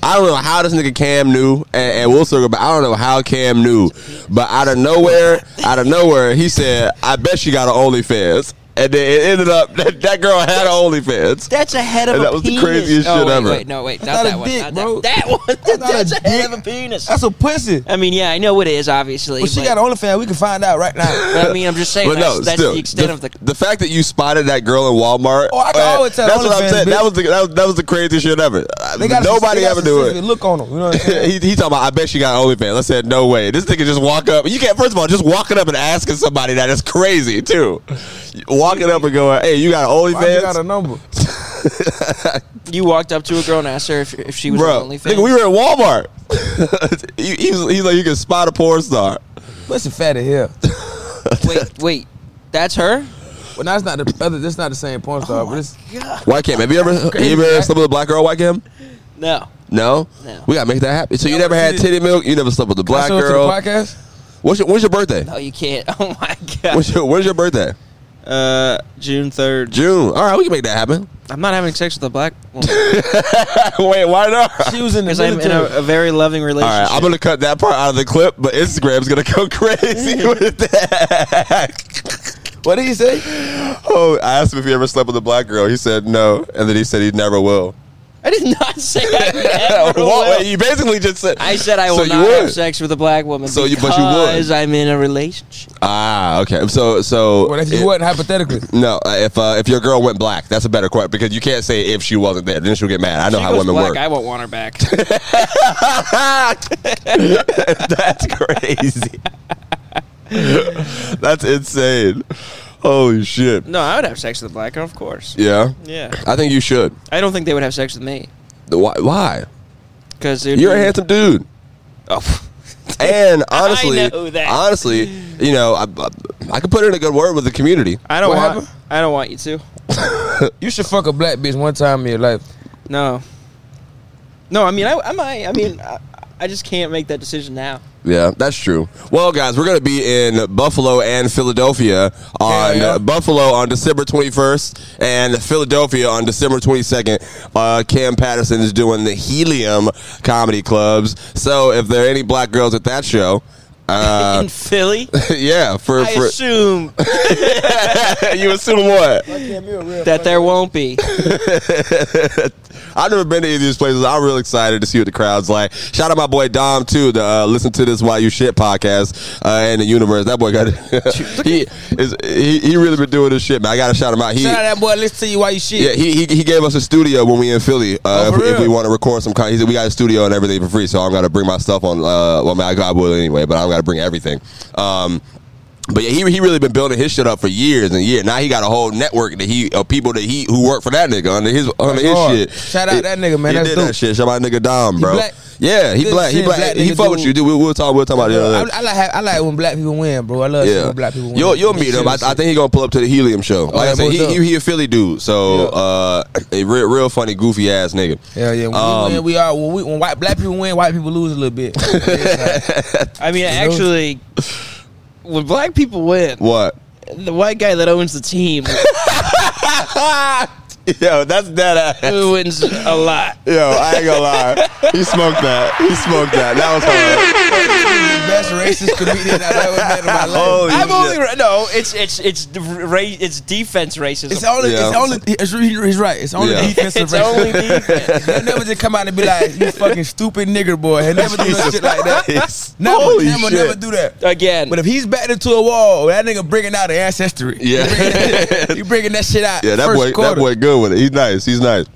Speaker 1: I don't know how this nigga Cam knew, and, and we'll circle back. I don't know how Cam knew, but out of nowhere, out of nowhere, he said, "I bet she got an OnlyFans," and then it ended up that, that girl had an OnLyFans.
Speaker 2: That's a head of
Speaker 1: And
Speaker 2: a
Speaker 1: that was the
Speaker 2: penis.
Speaker 1: craziest
Speaker 2: oh,
Speaker 1: shit
Speaker 2: wait,
Speaker 1: ever.
Speaker 2: Wait, no, wait,
Speaker 3: not
Speaker 2: not
Speaker 3: a
Speaker 2: that one.
Speaker 3: dick,
Speaker 2: not
Speaker 3: bro.
Speaker 2: That, that one. That's,
Speaker 3: not a
Speaker 2: a, head
Speaker 3: dick.
Speaker 2: of a penis.
Speaker 3: that's a pussy.
Speaker 2: I mean, yeah, I know it is, obviously.
Speaker 3: But she
Speaker 2: but-
Speaker 3: got an OnlyFans. We can find out right now.
Speaker 2: but I mean, I'm just saying.
Speaker 1: But
Speaker 2: that's,
Speaker 1: no,
Speaker 2: that's
Speaker 1: still,
Speaker 2: the extent of the.
Speaker 1: fact that you spotted that girl in Walmart.
Speaker 3: Oh, I can
Speaker 1: uh,
Speaker 3: always tell
Speaker 1: That's what I'm
Speaker 3: OnlyFans,
Speaker 1: saying. That
Speaker 3: bitch.
Speaker 1: was the that was, that was the craziest shit ever. Uh,
Speaker 3: They got a-
Speaker 1: Nobody
Speaker 3: they got
Speaker 1: ever
Speaker 3: a
Speaker 1: do
Speaker 3: specific
Speaker 1: it.
Speaker 3: Look on them. You know what I'm saying?
Speaker 1: he, he talking about. I bet she got OnlyFans. I said no way. This nigga just walk up. You can't. First of all, just walking up and asking somebody that is crazy too. Walking up and going, "Hey, you got an
Speaker 3: Why you got a
Speaker 1: OnlyFans?"
Speaker 3: number?
Speaker 2: You walked up to a girl and asked her if, if she was
Speaker 1: Bro,
Speaker 2: on OnlyFans.
Speaker 1: nigga, we were in Walmart. he, he's, he's like, you can spot a porn star.
Speaker 3: Pussy fatty here.
Speaker 2: wait, wait, that's her.
Speaker 3: Well, that's not the other. That's not the same porn star. but it's,
Speaker 1: White Cam, have you ever you ever slept with a black girl? White Cam?
Speaker 2: No,
Speaker 1: No?
Speaker 2: No.
Speaker 1: we gotta make that happen. So you
Speaker 3: Yeah,
Speaker 1: never
Speaker 3: but
Speaker 1: had
Speaker 3: you-
Speaker 1: titty milk. You never slept with a black
Speaker 3: I showed it to the
Speaker 1: girl.
Speaker 3: podcast.
Speaker 1: What's your, when's your birthday?
Speaker 2: No, you can't. Oh my god.
Speaker 1: When's your, when's your birthday?
Speaker 4: Uh, June third.
Speaker 1: June. All right, we can make that happen.
Speaker 4: I'm not having sex with a black woman
Speaker 1: Wait, why not?
Speaker 3: She was in the
Speaker 4: because I'm in
Speaker 3: military.
Speaker 4: a, a very loving
Speaker 1: All
Speaker 4: relationship.
Speaker 1: right, I'm gonna cut that part out of the clip, but Instagram's gonna go crazy with that.
Speaker 3: what did he say?
Speaker 1: Oh, I asked him if he ever slept with a black girl. He said no, and then he said he never will.
Speaker 2: I did not say I
Speaker 1: Well,
Speaker 2: never
Speaker 1: wait,
Speaker 2: will.
Speaker 1: you basically just said
Speaker 2: I said I
Speaker 1: so
Speaker 2: will
Speaker 1: you
Speaker 2: not have
Speaker 1: would.
Speaker 2: sex with a black woman.
Speaker 1: So you- but you would.
Speaker 2: because I'm in a relationship.
Speaker 1: Ah, okay. So, so
Speaker 3: Well, if you
Speaker 1: it-
Speaker 3: wasn't hypothetically.
Speaker 1: No, uh, if uh, if your girl went black, that's a better question because you can't say if she wasn't there, then she'll get mad. I know
Speaker 2: She
Speaker 1: how
Speaker 2: goes
Speaker 1: women
Speaker 2: black,
Speaker 1: work.
Speaker 2: I won't want her back.
Speaker 1: That's crazy. That's insane. Holy shit.
Speaker 4: no, I would have sex with a black girl, of course.
Speaker 1: Yeah.
Speaker 4: Yeah,
Speaker 1: I think you should.
Speaker 4: I don't think they would have sex with me
Speaker 1: Why? why?
Speaker 4: because
Speaker 1: You're a handsome dude.
Speaker 4: Oh,
Speaker 1: And honestly,
Speaker 2: know that.
Speaker 1: honestly, you know, I, I, I could put in a good word with the community.
Speaker 4: I don't
Speaker 3: What
Speaker 4: want.
Speaker 3: happened?
Speaker 4: I don't want you to.
Speaker 3: You should fuck a black bitch one time in your life.
Speaker 4: No. No, I mean, I, I might. I mean, I, I just can't make that decision now.
Speaker 1: Yeah, that's true. Well, guys, we're going to be in Buffalo and Philadelphia on
Speaker 3: yeah.
Speaker 1: uh, Buffalo on December 21st and Philadelphia on December 22nd. Uh, Cam Patterson is doing the Helium Comedy Clubs. So if there are any black girls at that show, uh,
Speaker 4: In Philly,
Speaker 1: yeah, for,
Speaker 4: I
Speaker 1: for
Speaker 4: assume
Speaker 1: you assume what?
Speaker 4: that there won't be.
Speaker 1: I've never been to any of these places. I'm real excited to see what the crowd's like. Shout out my boy Dom too. The uh, listen to this while you shit podcast uh, and the universe. That boy got he is he, he really been doing this shit, man. I gotta shout him out. He
Speaker 3: Shout out that boy. Listen to you while you shit.
Speaker 1: yeah, he, he, he gave us a studio when we in Philly. Uh,
Speaker 3: Oh,
Speaker 1: if,
Speaker 3: for
Speaker 1: we, if we
Speaker 3: real?
Speaker 1: want to record some, kind, he said we got a studio and everything for free. So I'm gonna bring my stuff on. Uh, well, I mean, I got wood anyway, but I'm gonna bring everything. Um, but yeah, he, he really been building his shit up for years and years. Now he got a whole network that he of people that he who work for that nigga under his under his
Speaker 3: hard.
Speaker 1: shit.
Speaker 3: Shout out
Speaker 1: He-
Speaker 3: that nigga, man.
Speaker 1: He
Speaker 3: That's
Speaker 1: did that
Speaker 3: dope.
Speaker 1: shit. Shout out my nigga Dom, bro.
Speaker 3: black.
Speaker 1: Yeah, he
Speaker 3: This
Speaker 1: black. He
Speaker 3: shit
Speaker 1: black.
Speaker 3: black
Speaker 1: he
Speaker 3: nigga
Speaker 1: fuck with
Speaker 3: do-
Speaker 1: you, dude. We, we'll talk. We'll talk about it.
Speaker 3: I, I like ha- I like when black people win, bro. I love shit
Speaker 1: Yeah,
Speaker 3: when black people win.
Speaker 1: you'll you'll meet him. I, I think he gonna pull up to the Helium show. Like I
Speaker 3: Oh, yeah,
Speaker 1: said, he,
Speaker 3: most
Speaker 1: he
Speaker 3: definitely.
Speaker 1: he a Philly dude, so uh, a real, real funny, goofy ass nigga.
Speaker 3: Yeah, yeah. When
Speaker 1: Um,
Speaker 3: we win, we are. When, we, when white black people win, white people lose a little bit.
Speaker 4: I mean,
Speaker 3: know?
Speaker 4: actually, when black people win,
Speaker 1: What?
Speaker 4: the white guy that owns the team
Speaker 1: Yo, that's dead ass.
Speaker 4: wins a lot.
Speaker 1: Yo, I ain't gonna lie. He smoked that. He smoked that. That was hard.
Speaker 3: Best racist comedian I've ever met in my life.
Speaker 1: Holy
Speaker 4: I'm
Speaker 1: shit.
Speaker 4: only ra- no. It's it's it's ra- it's defense racism.
Speaker 3: It's only,
Speaker 1: Oh, Yeah.
Speaker 3: it's only, it's, re- he's right. It's only
Speaker 1: Yeah.
Speaker 3: defensive
Speaker 4: It's
Speaker 3: racism.
Speaker 4: only defense.
Speaker 3: They'll never just come out and be like, you fucking stupid nigger boy. He'll never do no
Speaker 1: Jesus
Speaker 3: shit like that.
Speaker 1: Christ.
Speaker 3: Never,
Speaker 1: Holy
Speaker 3: never,
Speaker 1: shit.
Speaker 3: never do that.
Speaker 4: Again,
Speaker 3: But if he's backed into a wall, that nigga bringing out the ancestry.
Speaker 1: Yeah.
Speaker 3: He bringing that, he bringing that shit out.
Speaker 1: yeah, that
Speaker 3: first
Speaker 1: boy,
Speaker 3: quarter.
Speaker 1: that boy, good with it. He's nice. He's nice.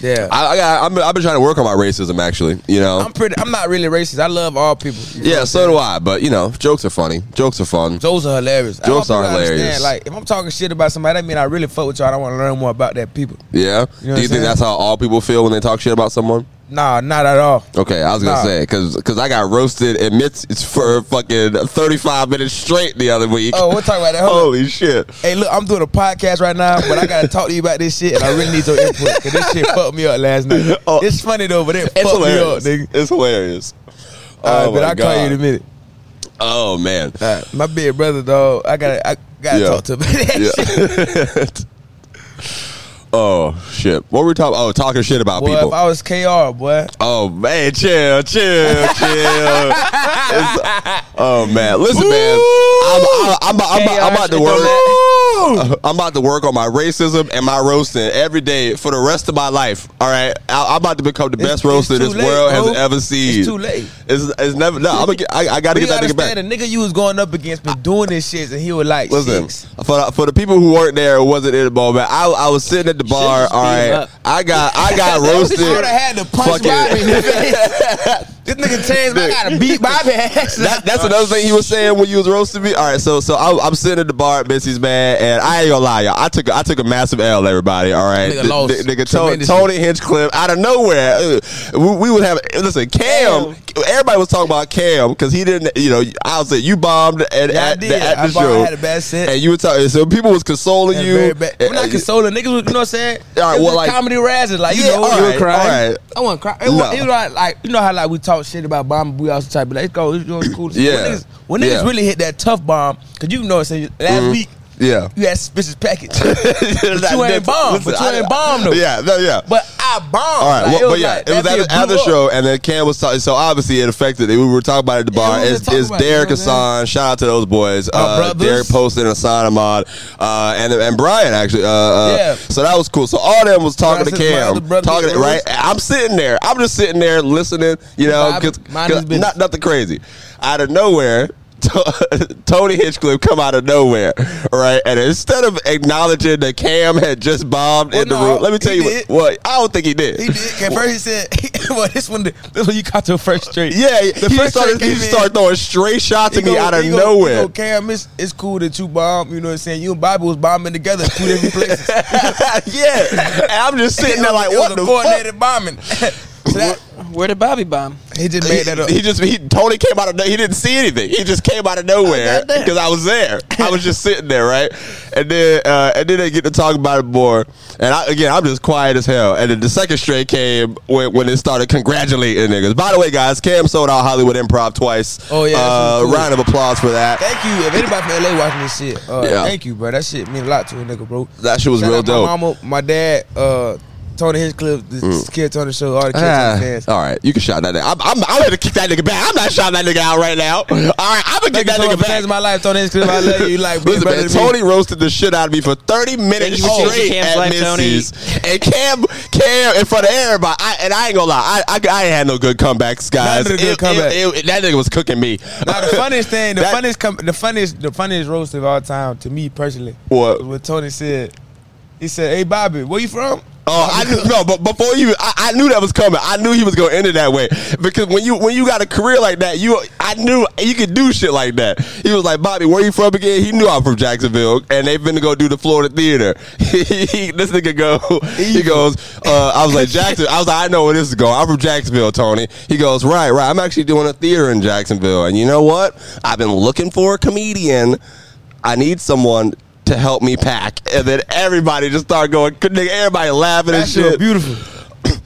Speaker 3: Yeah. I,
Speaker 1: I, I got. I'm, I've been trying to work on my racism, actually. You know.
Speaker 3: am pretty, I'm not really racist. I love all people.
Speaker 1: yeah, so do I. But you know, jokes are funny. Jokes are fun.
Speaker 3: Jokes are hilarious. I
Speaker 1: Jokes
Speaker 3: want people
Speaker 1: are
Speaker 3: to understand,
Speaker 1: hilarious.
Speaker 3: Like, if I'm talking shit about somebody, that mean I really fuck with y'all. and I want to learn more about that people.
Speaker 1: Yeah.
Speaker 3: You know what
Speaker 1: do
Speaker 3: I'm
Speaker 1: you think
Speaker 3: saying?
Speaker 1: that's how all people feel when they talk shit about someone?
Speaker 3: Nah, not at all.
Speaker 1: Okay, I was gonna
Speaker 3: Nah.
Speaker 1: say because I got roasted and mitts it's for fucking thirty five minutes straight the other week.
Speaker 3: Oh, we'll talk about that. Hold on.
Speaker 1: Holy shit!
Speaker 3: Hey, look, I'm doing a podcast right now, but I gotta talk to you about this shit, and I really need your input because this shit fucked me up last night.
Speaker 1: Oh.
Speaker 3: It's funny though, but it
Speaker 1: It's
Speaker 3: fucked
Speaker 1: hilarious.
Speaker 3: me up, nigga.
Speaker 1: It's hilarious.
Speaker 3: All right,
Speaker 1: Oh
Speaker 3: but
Speaker 1: my
Speaker 3: I'll call you in a
Speaker 1: God.
Speaker 3: minute.
Speaker 1: Oh man.
Speaker 3: All right, my big brother, dog. I gotta, I gotta
Speaker 1: Yeah.
Speaker 3: talk to him. about that
Speaker 1: Yeah.
Speaker 3: shit.
Speaker 1: oh shit! What were we talking? Oh, talking shit about
Speaker 3: Boy,
Speaker 1: people.
Speaker 3: if I was KR, boy,
Speaker 1: oh man, chill, chill, chill. It's- oh man, listen, man. I'm, I'm, I'm, I'm, I'm about to work.
Speaker 4: Chaos,
Speaker 1: Uh,
Speaker 4: it don't
Speaker 1: I'm about to work on my racism and my roasting every day for the rest of my life. All right, I, I'm about to become the
Speaker 3: It's-
Speaker 1: best roaster
Speaker 3: it's
Speaker 1: this
Speaker 3: too late,
Speaker 1: world has
Speaker 3: bro.
Speaker 1: ever seen.
Speaker 3: it's too late.
Speaker 1: It's, it's never. No, I'm gonna get, I, I got to
Speaker 3: You
Speaker 1: get that
Speaker 3: gotta
Speaker 1: nigga back.
Speaker 3: understand, the nigga you was going up against been doing this shit, and he was like,
Speaker 1: Listen,
Speaker 3: six.
Speaker 1: for the, for the people who weren't there or wasn't in the moment, I, I was sitting at the bar.
Speaker 4: just
Speaker 1: All
Speaker 4: beat him
Speaker 1: right,
Speaker 4: up.
Speaker 1: I got I got
Speaker 3: This
Speaker 1: roasted.
Speaker 3: would have had to punch
Speaker 1: Fuck it.
Speaker 3: Bobby in the face. This nigga changed. I gotta beat Bobby ass.
Speaker 1: That, that's another thing he was saying when you was roasting me. All right, so so I'm, I'm sitting at the bar at Missy's man, and I ain't gonna lie, y'all. I took a- I took a massive L, everybody. All right,
Speaker 3: Nigga
Speaker 1: Th-
Speaker 3: lost
Speaker 1: th- nigga Tony,
Speaker 3: tremendously.
Speaker 1: Tony Hinchcliffe out of nowhere. Ugh. We, we would have listen, Cam. Everybody was talking about Cam because he didn't. You know, I was saying you bombed and
Speaker 3: Yeah, I
Speaker 1: at,
Speaker 3: did.
Speaker 1: the, at the
Speaker 3: I bombed,
Speaker 1: show,
Speaker 3: I had a bad set.
Speaker 1: and you were talking. So people was consoling
Speaker 3: And
Speaker 1: you.
Speaker 3: very bad. We're not
Speaker 1: And- uh,
Speaker 3: consoling niggas. You know what I'm saying?
Speaker 1: All right,
Speaker 3: It's
Speaker 1: well,
Speaker 3: just
Speaker 1: like-
Speaker 3: comedy razzes. Like you
Speaker 1: Yeah,
Speaker 3: know,
Speaker 1: all
Speaker 3: you
Speaker 1: right,
Speaker 3: were crying.
Speaker 1: all right.
Speaker 3: I wasn't crying.
Speaker 1: No.
Speaker 3: It was like, like you know how like we talk talk shit about bomb, we also type, but let's go. It's going cool.
Speaker 1: Yeah.
Speaker 3: When niggas, when niggas
Speaker 1: Yeah. Mm-hmm.
Speaker 3: really hit that tough bomb, because you know, say last week
Speaker 1: Yeah.
Speaker 3: you had suspicious package,
Speaker 1: but
Speaker 3: you ain't bomb, but you ain't bomb, though.
Speaker 1: Yeah, no, yeah.
Speaker 3: but I bombed.
Speaker 1: All right,
Speaker 3: Like,
Speaker 1: well, but
Speaker 3: was
Speaker 1: yeah,
Speaker 3: like,
Speaker 1: it was
Speaker 3: that
Speaker 1: at
Speaker 3: bitch
Speaker 1: the, at the
Speaker 3: blew up.
Speaker 1: show, and then Cam was talking. So obviously, it affected it. We were talking about it at the
Speaker 3: Yeah,
Speaker 1: bar.
Speaker 3: we were
Speaker 1: It's,
Speaker 3: talking
Speaker 1: it's
Speaker 3: about it, you know
Speaker 1: Derek
Speaker 3: what I'm saying?
Speaker 1: Hassan. Shout out to those boys. Uh,
Speaker 3: brothers.
Speaker 1: Derek posted and Hassan Ahmad, uh, and and Brian actually. Uh, uh,
Speaker 3: Yeah.
Speaker 1: So that was cool. So all them was talking
Speaker 3: Brian
Speaker 1: to
Speaker 3: says, "My
Speaker 1: Cam,
Speaker 3: other brothers
Speaker 1: talking
Speaker 3: is
Speaker 1: right. I'm sitting there. I'm just sitting there listening. You know,
Speaker 3: Vibing.
Speaker 1: 'cause-
Speaker 3: Mind his
Speaker 1: 'cause
Speaker 3: business.
Speaker 1: not nothing crazy. Out of nowhere. Tony Hinchcliffe come out of nowhere, right? And instead of acknowledging that Cam had just bombed
Speaker 3: Well,
Speaker 1: in the
Speaker 3: no,
Speaker 1: room, let me tell
Speaker 3: he
Speaker 1: you
Speaker 3: did.
Speaker 1: what, what I don't think he did.
Speaker 3: He did. At first he said, "Well, this one, this one you caught your first straight."
Speaker 1: Yeah, he
Speaker 3: first
Speaker 1: just started,
Speaker 3: trick
Speaker 1: he
Speaker 3: came
Speaker 1: just started
Speaker 3: in.
Speaker 1: throwing straight shots
Speaker 3: He
Speaker 1: at me
Speaker 3: go-
Speaker 1: out of
Speaker 3: he go-
Speaker 1: nowhere.
Speaker 3: He go, Cam, it's, it's cool that you bomb. You know what I'm saying? You and Bobby was bombing together in two different places.
Speaker 1: yeah, and I'm just sitting there
Speaker 3: It was-
Speaker 1: like,
Speaker 3: it
Speaker 1: what
Speaker 3: was a
Speaker 1: the fuck?
Speaker 3: coordinated bombing. so that,
Speaker 2: Where did Bobby bomb?
Speaker 3: he just made that up.
Speaker 1: He, he just he Tony came out of no- he didn't see anything. He just came out of nowhere
Speaker 2: goddamn.
Speaker 1: because I was there. I was just sitting there, right? And then uh, and then they get to talk about it more. And I, again, I'm just quiet as hell. And then the second straight came when, when it started congratulating niggas. By the way, guys, Cam sold out Hollywood Improv twice.
Speaker 3: Oh, yeah,
Speaker 1: uh,
Speaker 3: that's cool.
Speaker 1: round of applause for that.
Speaker 3: Thank you. If anybody from LA watching this shit, uh,
Speaker 1: Yeah.
Speaker 3: thank you, bro. That shit mean a lot to a nigga, bro.
Speaker 1: That shit was
Speaker 3: Shout
Speaker 1: real
Speaker 3: out my
Speaker 1: dope. Mm.
Speaker 3: mama, my dad, uh, Tony Hinchcliffe, the kids on the show, all the kids
Speaker 1: Ah,
Speaker 3: on the fans.
Speaker 1: all right, you can shout that. Nigga. I'm, I'm, I'm gonna kick that nigga back. I'm not shouting that nigga out right now. All right, I'm gonna kick
Speaker 3: Thank you
Speaker 1: that
Speaker 3: so much
Speaker 1: nigga
Speaker 3: for changing
Speaker 1: back.
Speaker 3: my life, Tony Hinchcliffe. I love you. You like being
Speaker 1: Listen,
Speaker 3: brother
Speaker 1: man,
Speaker 3: to me.
Speaker 1: Tony roasted the shit out of me for 30 minutes
Speaker 2: you for changing
Speaker 1: straight
Speaker 2: Cam's
Speaker 1: at
Speaker 2: life,
Speaker 1: Missy's. And Cam, Cam, in front of everybody, I, and I ain't gonna lie, I, I, I ain't had no good comebacks, guys.
Speaker 3: None of the good
Speaker 1: It-
Speaker 3: comebacks.
Speaker 1: it- it- that nigga was cooking me.
Speaker 3: Now the funniest thing, the
Speaker 1: That-
Speaker 3: funniest, com- the funniest, the funniest roast of all time to me personally.
Speaker 1: What?
Speaker 3: was What Tony said. He said, "Hey Bobby, where you from?"
Speaker 1: Oh, I knew no, but before you, I, I knew that was coming. I knew he was going to end it that way because when you when you got a career like that, you I knew you could do shit like that. He was like, "Bobby, where you from again?" He knew I'm from Jacksonville, and they've been to go do the Florida theater. He- this nigga go, he goes, uh, "I was like Jackson." I was like, "I know where this is going. I'm from Jacksonville, Tony." He goes, "Right, right. I'm actually doing a theater in Jacksonville, and you know what? I've been looking for a comedian. I need someone." To help me pack, and then everybody just started going. Nigga, everybody laughing
Speaker 3: That
Speaker 1: and
Speaker 3: shit was
Speaker 1: shit.
Speaker 3: beautiful.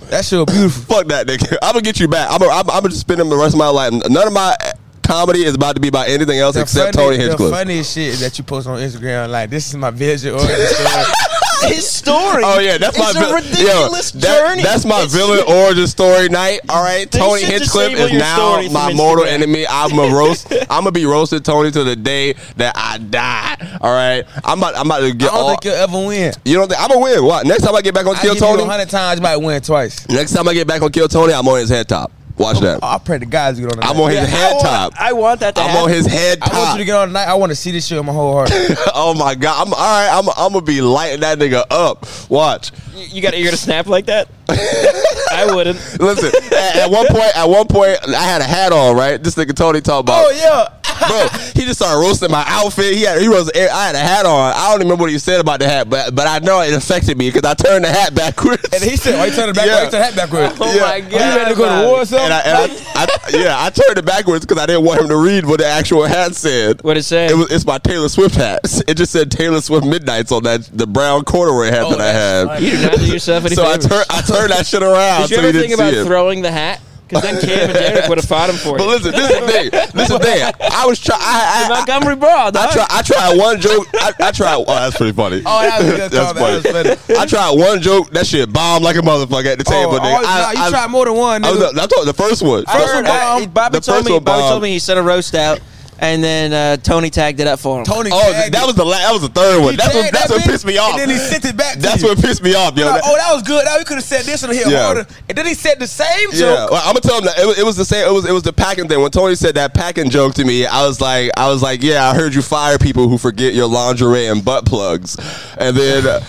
Speaker 3: That shit was beautiful.
Speaker 1: Fuck that nigga. I'm gonna get you back. I'm gonna, I'm, I'm gonna spend him the rest of my life. None of my comedy is about to be about anything else except
Speaker 3: funny-
Speaker 1: Tony Hinchcliffe.
Speaker 3: The funniest shit is that you post on Instagram like, "This is my vision." Or this is-
Speaker 2: His story.
Speaker 1: Oh yeah, that's my
Speaker 2: it's
Speaker 1: vil-
Speaker 2: a ridiculous
Speaker 1: yo, that-
Speaker 2: journey.
Speaker 1: that's my
Speaker 2: It's-
Speaker 1: villain origin story night. All right,
Speaker 2: They
Speaker 1: Tony
Speaker 2: should
Speaker 1: Hinchcliffe
Speaker 2: disable
Speaker 1: is
Speaker 2: your
Speaker 1: now
Speaker 2: story from
Speaker 1: my mortal
Speaker 2: Instagram.
Speaker 1: enemy. I'm a roast. I'm gonna be roasted Tony to the day that I die. All right, I'm about I'm about to
Speaker 3: I
Speaker 1: get
Speaker 3: don't
Speaker 1: all.
Speaker 3: think you'll ever win.
Speaker 1: You don't think I'm gonna win? What next time I get back on
Speaker 3: I
Speaker 1: Kill
Speaker 3: give Tony? you
Speaker 1: Tony?
Speaker 3: hundred times, you might win twice.
Speaker 1: Next time I get back on Kill Tony, I'm on his head top. Watch that.
Speaker 3: Oh, I pray to God you get on. the
Speaker 1: I'm
Speaker 3: night.
Speaker 1: on his
Speaker 2: Yeah, I
Speaker 1: head
Speaker 2: want-
Speaker 1: top.
Speaker 2: I want that to
Speaker 1: I'm
Speaker 2: happen.
Speaker 1: on his head top.
Speaker 3: I want you to get on tonight. I want to see this shit in my whole heart.
Speaker 1: oh my god! I'm all right. I'm I'm gonna be lighting that nigga up. Watch.
Speaker 2: You- You got you're gonna snap like that? I wouldn't.
Speaker 1: Listen. at, at one point, at one point, I had a hat on. Right, this nigga Tony talking about.
Speaker 3: oh yeah,
Speaker 1: Bro, he just started roasting my outfit. He had he was I had a hat on. I don't remember what he said about the hat, but but I know it affected me because I turned the hat backwards.
Speaker 3: and he said, "Why you turn it back?
Speaker 1: Yeah.
Speaker 3: Why you turn that backwards?"
Speaker 2: Oh
Speaker 1: Yeah.
Speaker 2: my
Speaker 1: You
Speaker 2: god.
Speaker 3: You ready to go to
Speaker 2: Bobby.
Speaker 3: war or something?
Speaker 1: and I, and I, I yeah, I turned it backwards because I didn't want him to read what the actual hat said.
Speaker 2: What'd it say?
Speaker 1: It was it's my Taylor Swift hat. It just said Taylor Swift Midnight's on that the brown corduroy hat
Speaker 3: Oh,
Speaker 1: that I
Speaker 3: that's
Speaker 1: had.
Speaker 3: funny.
Speaker 2: You do not do yourself any
Speaker 1: So I
Speaker 2: favors.
Speaker 1: turn I turned that shit around.
Speaker 2: Did you
Speaker 1: so
Speaker 2: ever
Speaker 1: he
Speaker 2: think
Speaker 1: didn't
Speaker 2: about
Speaker 1: see it.
Speaker 2: throwing the hat? Because then Cam and Derek would have fought him for
Speaker 1: But
Speaker 2: it.
Speaker 1: listen, this is the thing. This is the thing. I was trying. I, I, I,
Speaker 2: Montgomery Brawl,
Speaker 1: I
Speaker 2: dog.
Speaker 1: try. I tried one joke. I, I tried. Oh, that's pretty funny.
Speaker 3: Oh, that was a good
Speaker 1: That's
Speaker 3: call, man. That was funny.
Speaker 1: I tried one joke. That shit bombed like a motherfucker at the
Speaker 3: Oh,
Speaker 1: table. nigga.
Speaker 3: oh, nah, you
Speaker 1: I, I,
Speaker 3: tried more than one.
Speaker 1: I was,
Speaker 3: Nigga.
Speaker 1: I'm talking the first one.
Speaker 2: I
Speaker 1: First
Speaker 2: heard,
Speaker 1: one
Speaker 3: uh,
Speaker 2: I,
Speaker 1: bombed.
Speaker 2: Bobby
Speaker 1: The
Speaker 2: told
Speaker 1: first
Speaker 2: me.
Speaker 1: one
Speaker 2: Bobby told
Speaker 1: bombed.
Speaker 2: me he sent a roast out, and then uh, Tony tagged it up for him.
Speaker 3: Tony.
Speaker 1: Oh,
Speaker 3: tagged
Speaker 1: that
Speaker 3: it.
Speaker 1: was the la- that was the third one.
Speaker 3: He
Speaker 1: That's what
Speaker 3: tagged
Speaker 1: that's
Speaker 3: that
Speaker 1: what
Speaker 3: bitch,
Speaker 1: pissed me off.
Speaker 3: And then he sent it back. to
Speaker 1: That's
Speaker 3: you.
Speaker 1: what pissed me off, yo.
Speaker 3: Oh,
Speaker 1: That-
Speaker 3: oh, that was good. Now we could have said this one here
Speaker 1: Yeah.
Speaker 3: harder. And then he said the same
Speaker 1: Yeah,
Speaker 3: joke.
Speaker 1: well, I'm gonna tell him that it was, it was the same. It was it was the packing thing. When Tony said that packing joke to me, I was like, I was like, yeah, I heard you fire people who forget your lingerie and butt plugs, and then uh,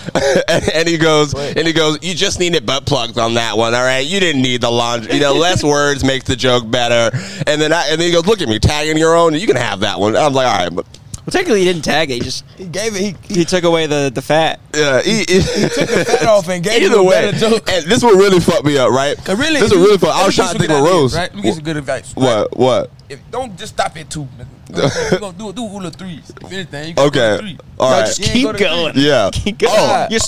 Speaker 1: and, and he goes and he goes, you just needed butt plugs on that one, all right? You didn't need the laundry. You know, less words makes the joke better. And then I and then he goes, look at me, tagging your own. You can have that one. I'm like, all right, but
Speaker 2: Well, technically, he didn't tag it. He just
Speaker 3: He gave it. He, he
Speaker 2: he took away the the fat.
Speaker 1: yeah. He, he-
Speaker 3: took the fat off and gave
Speaker 1: Either
Speaker 3: you a
Speaker 1: way,
Speaker 3: better joke.
Speaker 1: and this one really fucked me up, right?
Speaker 3: 'Cause really,
Speaker 1: this
Speaker 3: if
Speaker 1: is
Speaker 3: you-
Speaker 1: really fucked. I
Speaker 3: let
Speaker 1: was
Speaker 3: me give
Speaker 1: trying to
Speaker 3: you some
Speaker 1: think of
Speaker 3: good
Speaker 1: Rose.
Speaker 3: ideas, Right? Let me give you some good advice. right?
Speaker 1: What? What?
Speaker 3: If, don't just stop at two. Nigga. We're gonna do do hula threes. If anything, you can
Speaker 1: Okay.
Speaker 3: do hula three.
Speaker 1: All
Speaker 2: No,
Speaker 1: right.
Speaker 2: just
Speaker 3: You ain't
Speaker 2: keep
Speaker 3: go to
Speaker 2: going.
Speaker 1: yeah.
Speaker 2: Keep going.
Speaker 1: Oh.
Speaker 2: Your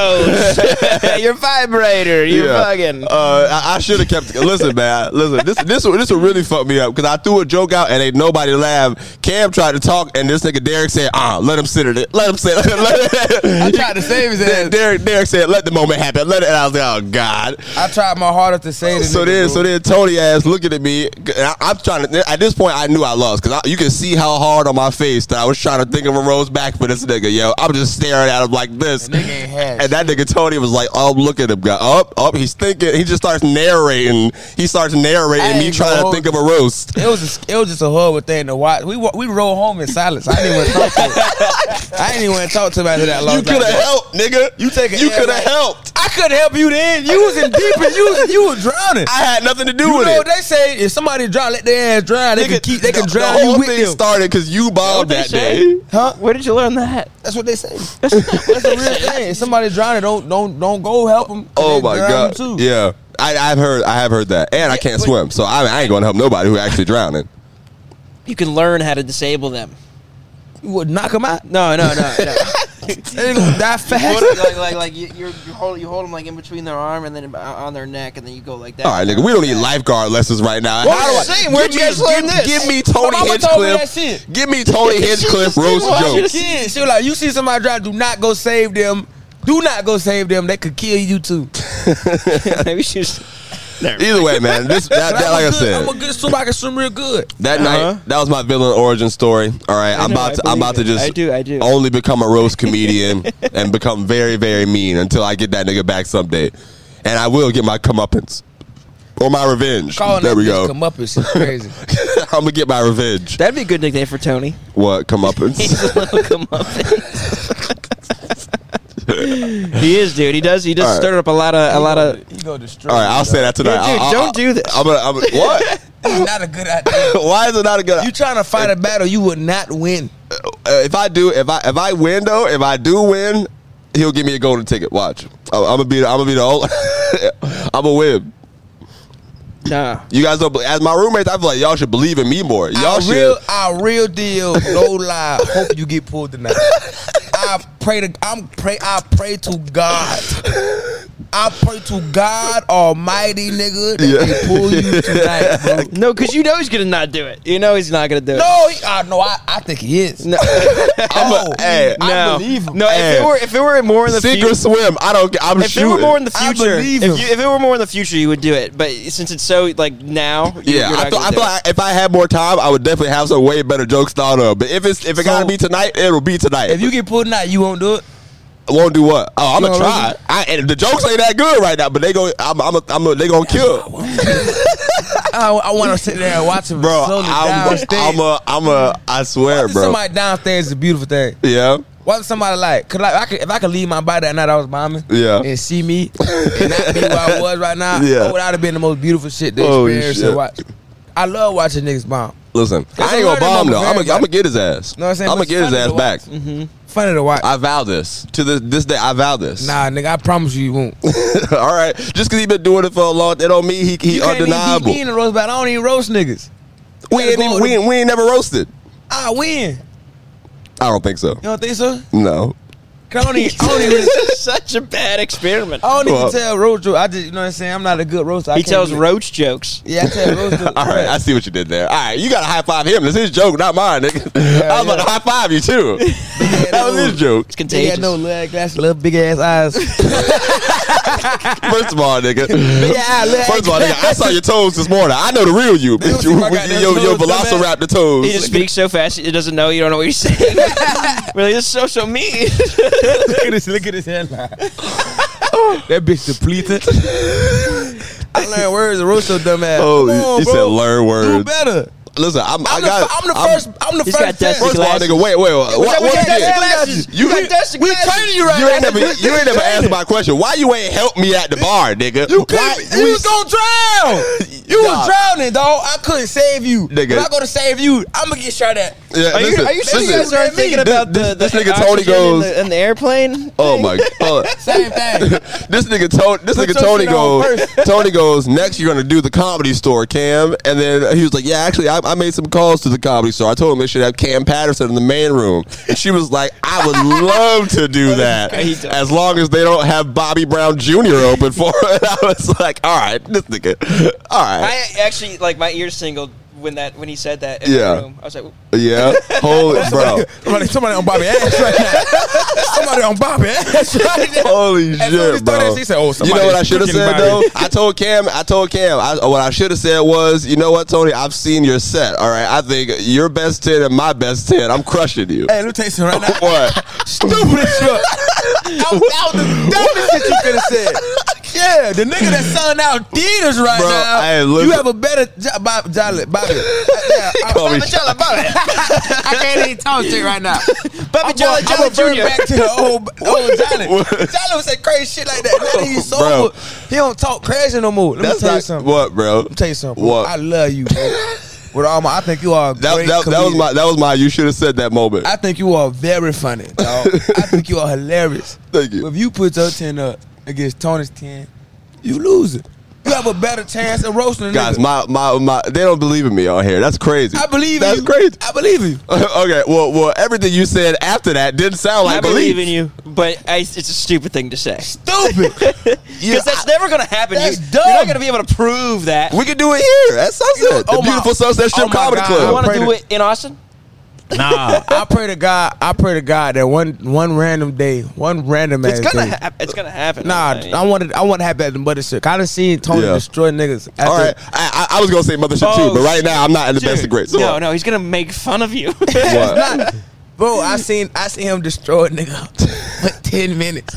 Speaker 2: stilettos, your vibrator, your
Speaker 1: yeah.
Speaker 2: fucking.
Speaker 1: Uh, I, I should have kept. Listen, man. Listen, this this one- this will really fuck me up because I threw a joke out and ain't nobody laughed. Cam tried to talk and this nigga Derek said, "Ah, let him sit in it. Let him sit." Let
Speaker 3: I tried to save his ass.
Speaker 1: Derek Derek said, "Let the moment happen." Let it. And I was like, "Oh God."
Speaker 3: I tried my hardest to say this.
Speaker 1: So then, so then, Tony ass looking at me. and I, I'm trying to. At this point, I knew I lost because you can see how hard on my face that I was trying to think of a rose back for this nigga. Yo, I'm just staring at him like this.
Speaker 3: And nigga ain't had
Speaker 1: And that nigga Tony was like, "Oh, look at him, guy. Up, up." He's thinking. He just starts narrating. He starts narrating
Speaker 3: I
Speaker 1: me
Speaker 3: ain't
Speaker 1: trying to
Speaker 3: gonna
Speaker 1: think of a roast.
Speaker 3: It was a, it was just a horrible thing to watch. We wa- we rode home in silence. I didn't even talk to. It. I didn't even talk to him after that long.
Speaker 1: You could have helped, nigga. You
Speaker 3: take a
Speaker 1: You
Speaker 3: L,
Speaker 1: could have
Speaker 3: right?
Speaker 1: helped.
Speaker 3: I couldn't help you then. You was in deep and you was you was drowning.
Speaker 1: I had nothing to do
Speaker 3: you
Speaker 1: with
Speaker 3: know
Speaker 1: it.
Speaker 3: they say if somebody drown, let their ass drown. They can keep they can
Speaker 1: the,
Speaker 3: drown
Speaker 1: the whole
Speaker 3: you with
Speaker 1: thing
Speaker 3: them.
Speaker 1: started because you bombed
Speaker 4: they
Speaker 1: that
Speaker 4: say?
Speaker 1: day.
Speaker 3: huh?
Speaker 4: Where did you learn that?
Speaker 3: That's what they say. That's a real thing. If somebody drowning, don't don't don't go help them.
Speaker 1: Oh my god! Yeah, I, I've heard. I have heard that, and I can't
Speaker 2: but-
Speaker 1: swim, so I, I ain't going to help nobody who actually drowning.
Speaker 2: You can learn how to disable them.
Speaker 3: you would knock them out.
Speaker 4: No, no, no, no.
Speaker 3: They gonna die fast.
Speaker 4: like, like, like you, you're, you hold, you hold them like in between their arm and then on their neck, and then you go like that.
Speaker 1: All right, nigga, we don't need lifeguard lessons right now.
Speaker 2: Well,
Speaker 1: How do I-
Speaker 2: I'm saying, where'd
Speaker 1: give
Speaker 2: you
Speaker 1: me-
Speaker 2: guys learn
Speaker 1: give,
Speaker 2: this?
Speaker 1: Give me
Speaker 3: My
Speaker 1: Tony
Speaker 3: mama told me that
Speaker 1: Hinchcliffe.
Speaker 3: shit.
Speaker 1: Give me Tony Hinchcliffe roast
Speaker 2: watching
Speaker 1: jokes.
Speaker 3: Kids, she was like, you see somebody drown, do not go save them. Do not go save them. They could kill you too.
Speaker 4: Maybe she's.
Speaker 1: Either way, man, this that,
Speaker 3: But
Speaker 1: that
Speaker 3: I'm
Speaker 1: like
Speaker 3: a
Speaker 1: I
Speaker 3: good-
Speaker 1: said,
Speaker 3: I'm a good swimmer. I can swim real good.
Speaker 1: that
Speaker 4: Uh-huh.
Speaker 1: night that was my villain origin story. All right, I'm
Speaker 4: know,
Speaker 1: about
Speaker 4: I
Speaker 1: to I'm
Speaker 4: believe
Speaker 1: about to
Speaker 4: it.
Speaker 1: just
Speaker 4: I do, I do.
Speaker 1: only become a roast comedian and become very very mean until I get that nigga back someday, and I will get my comeuppance or my revenge.
Speaker 3: Calling
Speaker 1: there
Speaker 3: that
Speaker 1: we
Speaker 3: bitch
Speaker 1: go.
Speaker 3: come up is crazy.
Speaker 1: I'm gonna get my revenge.
Speaker 4: That'd be a good nickname for Tony.
Speaker 1: What comeuppance?
Speaker 4: Come up. he is, dude. He does. He does
Speaker 1: All right.
Speaker 4: stir up a lot of a lot of.
Speaker 3: he go destroy.
Speaker 1: All right, I'll
Speaker 3: you,
Speaker 1: say that tonight.
Speaker 4: Yeah,
Speaker 1: I'll-
Speaker 4: dude,
Speaker 1: I'll-
Speaker 4: don't do this.
Speaker 1: I'm gonna, I'm gonna, what?
Speaker 3: dog. It's not a good idea.
Speaker 1: Why is it not a good?
Speaker 3: You trying to fight a battle you would not win.
Speaker 1: uh, if I do, if I if I win though, if I do win, he'll give me a golden ticket. Watch, I'm, I'm gonna be, the- I'm gonna be the old, I'm gonna win.
Speaker 4: Nah.
Speaker 1: You guys don't. be- As my roommates, I feel like y'all should believe in me more. Y'all
Speaker 3: our
Speaker 1: should.
Speaker 3: real, our real deal, no lie. Hope you get pulled tonight. I pray to, I'm pray, I pray to God. I pray to God Almighty, nigga, that
Speaker 1: Yeah.
Speaker 3: they pull you tonight, bro.
Speaker 4: No, because you know he's gonna not do it. You know he's not gonna do it.
Speaker 3: No, he, uh, no, I, I think he is.
Speaker 4: No.
Speaker 1: I'm a,
Speaker 3: Oh,
Speaker 1: hey,
Speaker 3: I
Speaker 4: no.
Speaker 3: believe him.
Speaker 4: No, if
Speaker 1: Hey.
Speaker 4: it were if it were more in the
Speaker 1: sink
Speaker 4: future,
Speaker 1: or swim. I don't. I'm
Speaker 4: if it
Speaker 1: shooting.
Speaker 4: were more in the
Speaker 3: I
Speaker 4: future, if,
Speaker 3: believe
Speaker 4: you,
Speaker 3: him.
Speaker 4: if it were more in the future, you would do it. But since it's so like now, you,
Speaker 1: yeah,
Speaker 4: you're
Speaker 1: I
Speaker 4: not
Speaker 1: feel,
Speaker 4: gonna
Speaker 1: I
Speaker 4: do
Speaker 1: feel
Speaker 4: it.
Speaker 1: like if I had more time, I would definitely have some way better jokes thought of. But if it's if it gotta
Speaker 3: So-
Speaker 1: be tonight, it'll be tonight.
Speaker 3: If you get pulled tonight, you won't do it.
Speaker 1: won't do what? Oh, I'm gonna
Speaker 3: You know,
Speaker 1: try. I, and the jokes ain't that good right now, but they go. I'm. I'm. A, I'm a, they gonna kill.
Speaker 3: I, want to sit there and watch him
Speaker 1: bro.
Speaker 3: slowly
Speaker 1: I'm,
Speaker 3: downstairs.
Speaker 1: I'm a, I'm a, I swear,
Speaker 3: Watching
Speaker 1: bro.
Speaker 3: Somebody downstairs is a beautiful thing.
Speaker 1: Yeah,
Speaker 3: Watching somebody like, cause like, I could, if I could leave my body that night I was bombing,
Speaker 1: Yeah.
Speaker 3: and see me, and not be where I was right now,
Speaker 1: Yeah.
Speaker 3: yeah. would have been the most beautiful shit to
Speaker 1: Holy
Speaker 3: experience
Speaker 1: shit.
Speaker 3: and watch. I love watching niggas bomb.
Speaker 1: listen,
Speaker 3: That's
Speaker 1: I ain't
Speaker 3: a
Speaker 1: gonna
Speaker 3: learning
Speaker 1: bomb
Speaker 3: moment,
Speaker 1: though. I'm
Speaker 3: man.
Speaker 1: gonna, I'm gonna get his ass.
Speaker 3: Know what I'm saying?
Speaker 1: I'm gonna
Speaker 3: But
Speaker 1: get his
Speaker 3: it's
Speaker 1: ass
Speaker 3: funny to
Speaker 1: back.
Speaker 3: Funny to watch.
Speaker 1: I vow this to this, this day. I vow this.
Speaker 3: nah, nigga, I promise you, you won't.
Speaker 1: All right, just because he been doing it for a long, that don't mean he he
Speaker 3: You can't even
Speaker 1: undeniable.
Speaker 3: beat me in the roast battle. I don't even roast niggas.
Speaker 1: we ain't
Speaker 3: gotta
Speaker 1: even,
Speaker 3: go-
Speaker 1: we, ain't, we ain't never roasted.
Speaker 3: I win. You
Speaker 1: I don't think so.
Speaker 3: don't think so?
Speaker 1: No.
Speaker 3: Cause I don't even, I don't even,
Speaker 4: this is such a bad experiment.
Speaker 3: I don't even
Speaker 1: Well-
Speaker 3: tell roast joke. I just, you know what I'm saying? I'm not a good roaster. I
Speaker 4: he
Speaker 3: can't
Speaker 4: tells
Speaker 3: do it.
Speaker 4: roach jokes.
Speaker 3: Yeah, I tell roast joke.
Speaker 1: All right, I see what you did there. All right, you got to high five him. That's his joke, not mine, nigga. I was about to high five you too. that was his joke.
Speaker 4: It's
Speaker 3: They
Speaker 4: contagious.
Speaker 3: had no leg glasses, little big ass eyes.
Speaker 1: First of all, nigga.
Speaker 3: Yeah, look.
Speaker 1: First of all, nigga, I saw your toes this morning. I know the real you, bitch.
Speaker 3: see
Speaker 1: You,
Speaker 3: my goddamn
Speaker 1: your your
Speaker 3: toes, dumbass.
Speaker 1: Velociraptor toes.
Speaker 4: He just speaks so fast he doesn't know you don't know what he's saying. really, this is so so mean.
Speaker 3: look at this, look at his headline. that bitch depleted. I learned words and wrote so dumb ass.
Speaker 1: Holy,
Speaker 3: Come on,
Speaker 1: you
Speaker 3: bro.
Speaker 1: Oh, said learn
Speaker 3: Do
Speaker 1: words.
Speaker 3: better.
Speaker 1: Listen, I'm, I
Speaker 3: I'm,
Speaker 1: got.
Speaker 3: the, I'm the first. I'm the
Speaker 4: He's
Speaker 3: first.
Speaker 4: got dusty
Speaker 1: First of all,
Speaker 4: Glasses.
Speaker 1: nigga, wait, wait, wait. What,
Speaker 3: we got
Speaker 1: what
Speaker 3: dusty
Speaker 1: did?
Speaker 3: glasses.
Speaker 1: You,
Speaker 3: We got dusty
Speaker 1: we
Speaker 3: glasses.
Speaker 1: training you right
Speaker 3: You
Speaker 1: now.
Speaker 3: ain't
Speaker 1: That's
Speaker 3: never-
Speaker 1: a- You ain't never answered my question. Why you ain't help me at the bar, nigga?
Speaker 3: You
Speaker 1: Why
Speaker 3: can't. You was gonna drown. You was drowning, dog. I couldn't save you.
Speaker 1: Nigga.
Speaker 3: If I go to save you, I'm gonna get shot at.
Speaker 1: Yeah,
Speaker 4: Are you,
Speaker 1: listen,
Speaker 4: are you sure you
Speaker 1: listen.
Speaker 4: guys aren't thinking
Speaker 1: This-
Speaker 4: about
Speaker 1: this,
Speaker 4: the,
Speaker 1: this
Speaker 4: the
Speaker 1: nigga Tony
Speaker 4: oxygen in
Speaker 1: goes?
Speaker 4: the, in the airplane?
Speaker 1: oh my god.
Speaker 3: Same thing.
Speaker 1: this nigga Tony, this
Speaker 3: Put
Speaker 1: nigga
Speaker 3: your
Speaker 1: Tony
Speaker 3: shit on
Speaker 1: goes, Tony goes, next you're gonna do the comedy store, Cam. And then he was like, yeah, actually, I, I made some calls to the comedy store. I told him they should have Cam Patterson in the main room. And she was like, I would love to do that
Speaker 2: crazy.
Speaker 1: as long as they don't have Bobby Brown Jr. open for it. I was like, all right, this nigga, all right.
Speaker 4: I actually like my ears singled when that when he said that. In
Speaker 1: Yeah.
Speaker 4: the room. I was like,
Speaker 1: yeah, holy bro,
Speaker 3: somebody, somebody on Bobby ass right now. somebody on Bobby ass right now.
Speaker 1: holy
Speaker 3: As soon as he
Speaker 1: shit,
Speaker 3: started,
Speaker 1: bro.
Speaker 3: he said, "Oh,
Speaker 1: you
Speaker 3: somebody
Speaker 1: know what
Speaker 3: is
Speaker 1: I should have
Speaker 3: kicking
Speaker 1: said
Speaker 3: Bobby."
Speaker 1: though? I told Cam. I told Cam. I, what I should have said was, you know what, Tony? I've seen your set. All right, I think your best ten and my best ten. I'm crushing you.
Speaker 3: Hey, let me tell you something right now.
Speaker 1: what?
Speaker 3: Stupid as shit. That was that was the dumbest shit you could have said. Yeah, the nigga that's selling out theaters right
Speaker 1: Bro,
Speaker 3: now.
Speaker 1: hey, look-
Speaker 3: you have a better job, Bob, Jolly, Bobby. Uh, Yeah, I'm-
Speaker 1: Call me
Speaker 3: Bobby Jolly, Bobby. I can't even talk to you right now.
Speaker 4: Bobby
Speaker 3: I'm gonna-
Speaker 4: Jolly Jolly
Speaker 3: I'm gonna bring
Speaker 4: Jr.
Speaker 3: it back to the old, old Jolly.
Speaker 1: What?
Speaker 3: Jolly would say crazy shit like that. Now that he's
Speaker 1: Bro.
Speaker 3: sober, he don't talk crazy no more. Let me
Speaker 1: That's
Speaker 3: tell you
Speaker 1: not
Speaker 3: something.
Speaker 1: what, bro.
Speaker 3: Let me tell you something. bro.
Speaker 1: What?
Speaker 3: I love you, bro. With all my, I think you are a
Speaker 1: that,
Speaker 3: great
Speaker 1: that, that was
Speaker 3: comedian.
Speaker 1: my. That was my. You should have said that moment.
Speaker 3: I think you are very funny, dog. I think you are hilarious.
Speaker 1: Thank you.
Speaker 3: But if you put your 10 up against Tony's 10, you lose it. You have a better chance of roasting a
Speaker 1: Guys,
Speaker 3: nigga.
Speaker 1: my, my my. They don't believe in me on here. That's crazy.
Speaker 3: I believe
Speaker 1: That's
Speaker 3: in you.
Speaker 1: crazy.
Speaker 3: I believe in you.
Speaker 1: okay. Well, well, everything you said after that didn't sound like
Speaker 2: I believe in you, but I, it's a stupid thing to say.
Speaker 3: Stupid.
Speaker 2: Because that's never going to happen.
Speaker 3: That's
Speaker 2: you, You're
Speaker 3: dumb.
Speaker 2: not going to be able to prove that.
Speaker 1: We can do it here at Sunset,
Speaker 3: You know,
Speaker 1: the
Speaker 3: oh my-
Speaker 1: beautiful Sunset Strip
Speaker 3: oh my
Speaker 1: Comedy
Speaker 3: God,
Speaker 1: Club.
Speaker 2: you want to
Speaker 3: pray
Speaker 2: do
Speaker 3: to-
Speaker 2: it in Austin?
Speaker 3: nah. I pray to God. I pray to God that one one random day, one random
Speaker 4: it's
Speaker 3: ass
Speaker 4: gonna
Speaker 3: day.
Speaker 4: hap it's gonna happen.
Speaker 3: Nah,
Speaker 4: mean,
Speaker 3: I wanted I want to have that in Mothership. I done seen Tony
Speaker 1: Yeah.
Speaker 3: destroy niggas. After,
Speaker 1: All right, I, I, I was gonna say mothership
Speaker 2: Oh,
Speaker 1: too, but right now I'm not in the
Speaker 2: Dude,
Speaker 1: best of grades. So
Speaker 2: no,
Speaker 1: what?
Speaker 2: no, he's going to make fun of you.
Speaker 1: What?
Speaker 3: Bro, I seen I seen him destroy a nigga for ten minutes.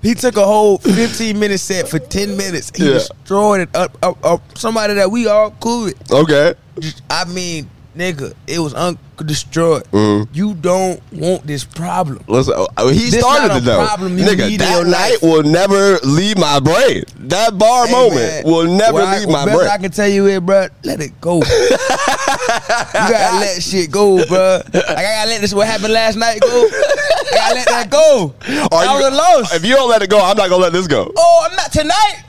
Speaker 3: He took a whole fifteen minute set for ten minutes. He
Speaker 1: Yeah.
Speaker 3: destroyed it up, up, up somebody that we all cool with.
Speaker 1: Okay.
Speaker 3: Just- I mean, nigga, it was un- destroyed.
Speaker 1: Mm-hmm.
Speaker 3: You don't want this problem.
Speaker 1: Listen, oh, oh, he
Speaker 3: This
Speaker 1: started
Speaker 3: not a
Speaker 1: it though.
Speaker 3: problem you need
Speaker 1: Nigga,
Speaker 3: in
Speaker 1: that
Speaker 3: your
Speaker 1: night
Speaker 3: life.
Speaker 1: will never leave my brain. That bar
Speaker 3: Hey,
Speaker 1: moment
Speaker 3: man,
Speaker 1: will never
Speaker 3: what I-
Speaker 1: leave
Speaker 3: what
Speaker 1: my
Speaker 3: best
Speaker 1: brain.
Speaker 3: I can tell you is, bro, let it go. you gotta let shit go, bro. Like I gotta let this what happened last night go. I gotta let that go.
Speaker 1: Are
Speaker 3: I
Speaker 1: you-
Speaker 3: was lost.
Speaker 1: If you don't let it go, I'm not gonna let this go.
Speaker 3: Oh, I'm not tonight.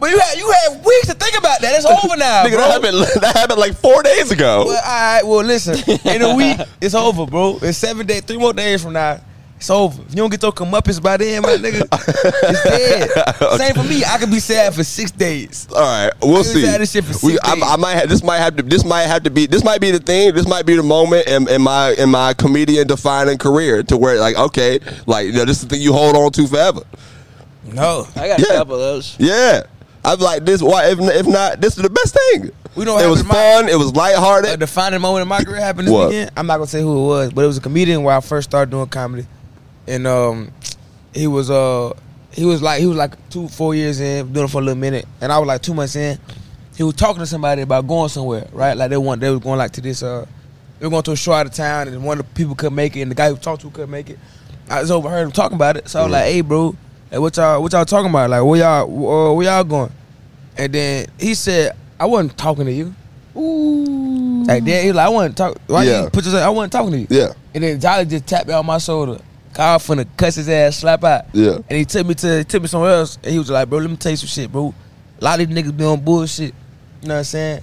Speaker 3: but you had you had weeks to think about that. It's over now,
Speaker 1: Nigga,
Speaker 3: Oh, bro.
Speaker 1: that happened. That happened like four days ago.
Speaker 3: Well, all right. Well, listen. In a week, it's over, bro. It's seven days, three more days from now. It's over. If you don't get your comeuppance by then, my nigga, it's dead. Same for me. I could be sad for six days.
Speaker 1: All right, we'll
Speaker 3: was
Speaker 1: see.
Speaker 3: at this shit for
Speaker 1: We-
Speaker 3: six
Speaker 1: I,
Speaker 3: days.
Speaker 1: I might have, this might have to this might have to be this might be the thing. This might be the moment in, in my in my comedian defining career to where like okay, like you know, this is the thing you hold on to forever.
Speaker 3: No,
Speaker 4: I got
Speaker 1: Yeah.
Speaker 4: a couple of those.
Speaker 1: Yeah. I'm like this. Why, if, if not, this is the best thing.
Speaker 3: We don't
Speaker 1: It
Speaker 3: have
Speaker 1: was
Speaker 3: to mi-
Speaker 1: fun. It was
Speaker 3: a
Speaker 1: lighthearted.
Speaker 3: defining moment in my career happened this
Speaker 1: What?
Speaker 3: weekend. I'm not gonna say who it was, but it was a comedian where I first started doing comedy, and um, he was uh, he was like he was like two four years in doing it for a little minute, and I was like two months in. He was talking to somebody about going somewhere, right? Like they want they was going like to this uh, they were going to a show out of town, and one of the people couldn't make it, and the guy who talked to couldn't make it. I just overheard him talking about it, so I was like, "Hey, bro, hey, what y'all what y'all talking about? Like, where y'all uh, where y'all going?" And then he said, "I wasn't talking to you." Ooh. Like then he was like, "I wasn't talk. Why
Speaker 1: Yeah.
Speaker 3: you put yourself? I wasn't talking to you."
Speaker 1: Yeah.
Speaker 3: And then Jolly just tapped me on my shoulder. Kyle finna cuss his ass, slap out.
Speaker 1: Yeah.
Speaker 3: And he took me to he took me somewhere else. And he was like, "Bro, let me tell you some shit, bro. A lot of these niggas be on bullshit. You know what I'm saying?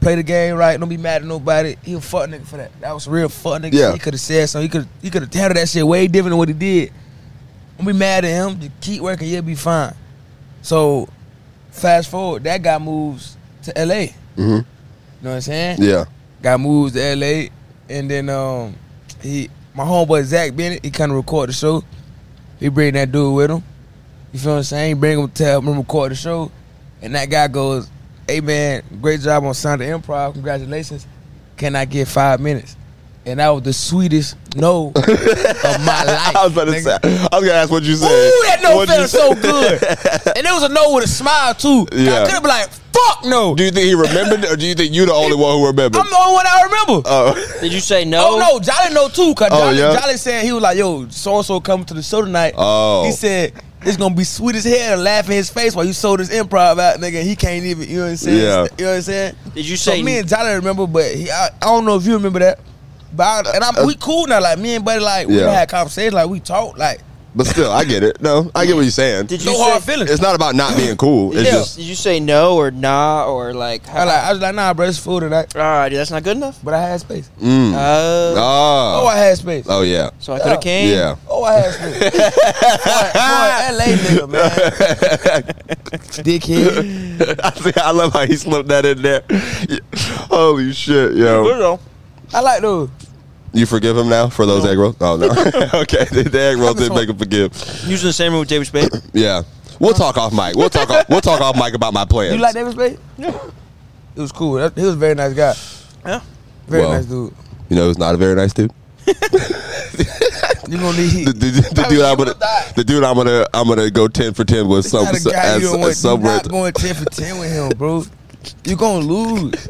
Speaker 3: Play the game right. Don't be mad at nobody. He a fuck nigga for that. That was a real fuck nigga.
Speaker 1: Yeah.
Speaker 3: He could have said something. He could he could have handled that shit way different than what he did. Don't be mad at him. Just keep working. You'll be fine. So, fast forward, that guy moves to L.A.
Speaker 1: Mhm.
Speaker 3: You know what I'm saying?
Speaker 1: Yeah.
Speaker 3: Got moves to LA, and then um, he my homeboy Zach Bennett, he kind of record the show. He bring that dude with him. You feel what I'm saying? He bring him to help him record the show, and that guy goes, "Hey man, great job on Sound of Improv. Congratulations. Can I get five minutes?" And that was the sweetest no of my life.
Speaker 1: I was about to
Speaker 3: nigga.
Speaker 1: say. I was gonna ask what you said.
Speaker 3: Ooh, that no
Speaker 1: What'd you
Speaker 3: felt
Speaker 1: say?
Speaker 3: so good. and it was a no with a smile too.
Speaker 1: Yeah.
Speaker 3: I could have been like, "Fuck no."
Speaker 1: Do you think he remembered, or do you think you the only one who remembered?
Speaker 3: I'm the only one I remember.
Speaker 1: Oh,
Speaker 2: Did you say no?
Speaker 3: Oh no, Jolly know too. Cause
Speaker 1: Oh,
Speaker 3: Jolly,
Speaker 1: yeah?
Speaker 3: Jolly said he was like, "Yo, so and so coming to the show tonight."
Speaker 1: Oh.
Speaker 3: he said It's gonna be sweet as hell to laugh in his face while you sold his improv out, nigga. and He can't even, you know what I'm saying?
Speaker 1: Yeah.
Speaker 3: You know what I'm saying?
Speaker 2: Did you
Speaker 3: So
Speaker 2: say-
Speaker 3: me and Tyler remember, but he, I, I don't know if you remember that. But I, and I'm, we cool now, like me and Buddy, like we
Speaker 1: Uh, Yeah.
Speaker 3: had conversations, like we talked, like
Speaker 1: But still, I get it. No, I get what you're saying.
Speaker 2: Did you
Speaker 3: no
Speaker 2: say,
Speaker 3: hard feelings.
Speaker 1: It's not about not being cool. It's
Speaker 2: Did you-
Speaker 1: just
Speaker 2: did you say no or nah or like?
Speaker 3: I, like, I was like, nah, bro, it's food tonight.
Speaker 2: all right, that's not good enough.
Speaker 3: But I had space.
Speaker 1: mm.
Speaker 2: Uh,
Speaker 3: Oh,
Speaker 1: oh,
Speaker 3: I had space.
Speaker 1: oh yeah,
Speaker 2: so I could have came.
Speaker 1: yeah.
Speaker 3: Oh, I had space. boy, boy, LA nigga, man. Dickhead.
Speaker 1: I see- I love how he slipped that in there. Holy shit,
Speaker 2: Good
Speaker 1: yo!
Speaker 2: though.
Speaker 3: I like those.
Speaker 1: You forgive him now for those egg rolls? Oh no. okay, the, the egg rolls didn't make him forgive.
Speaker 2: Using the same room with David Spade.
Speaker 1: Yeah, we'll talk off mic. We'll talk. Off, we'll talk off mic about my plans.
Speaker 3: You like David Spade?
Speaker 2: Yeah.
Speaker 3: It was cool. That- He was a very nice guy.
Speaker 2: yeah.
Speaker 3: Very
Speaker 1: Well.
Speaker 3: nice dude.
Speaker 1: You know, who's not a very nice dude.
Speaker 3: You gonna need heat.
Speaker 1: The, the, the dude I'm gonna, the dude I'm gonna, I'm gonna go ten for ten with some,
Speaker 3: Not a guy
Speaker 1: as,
Speaker 3: you
Speaker 1: as
Speaker 3: don't want. You're
Speaker 1: somewhere.
Speaker 3: not going ten for ten with him, bro. You gonna lose.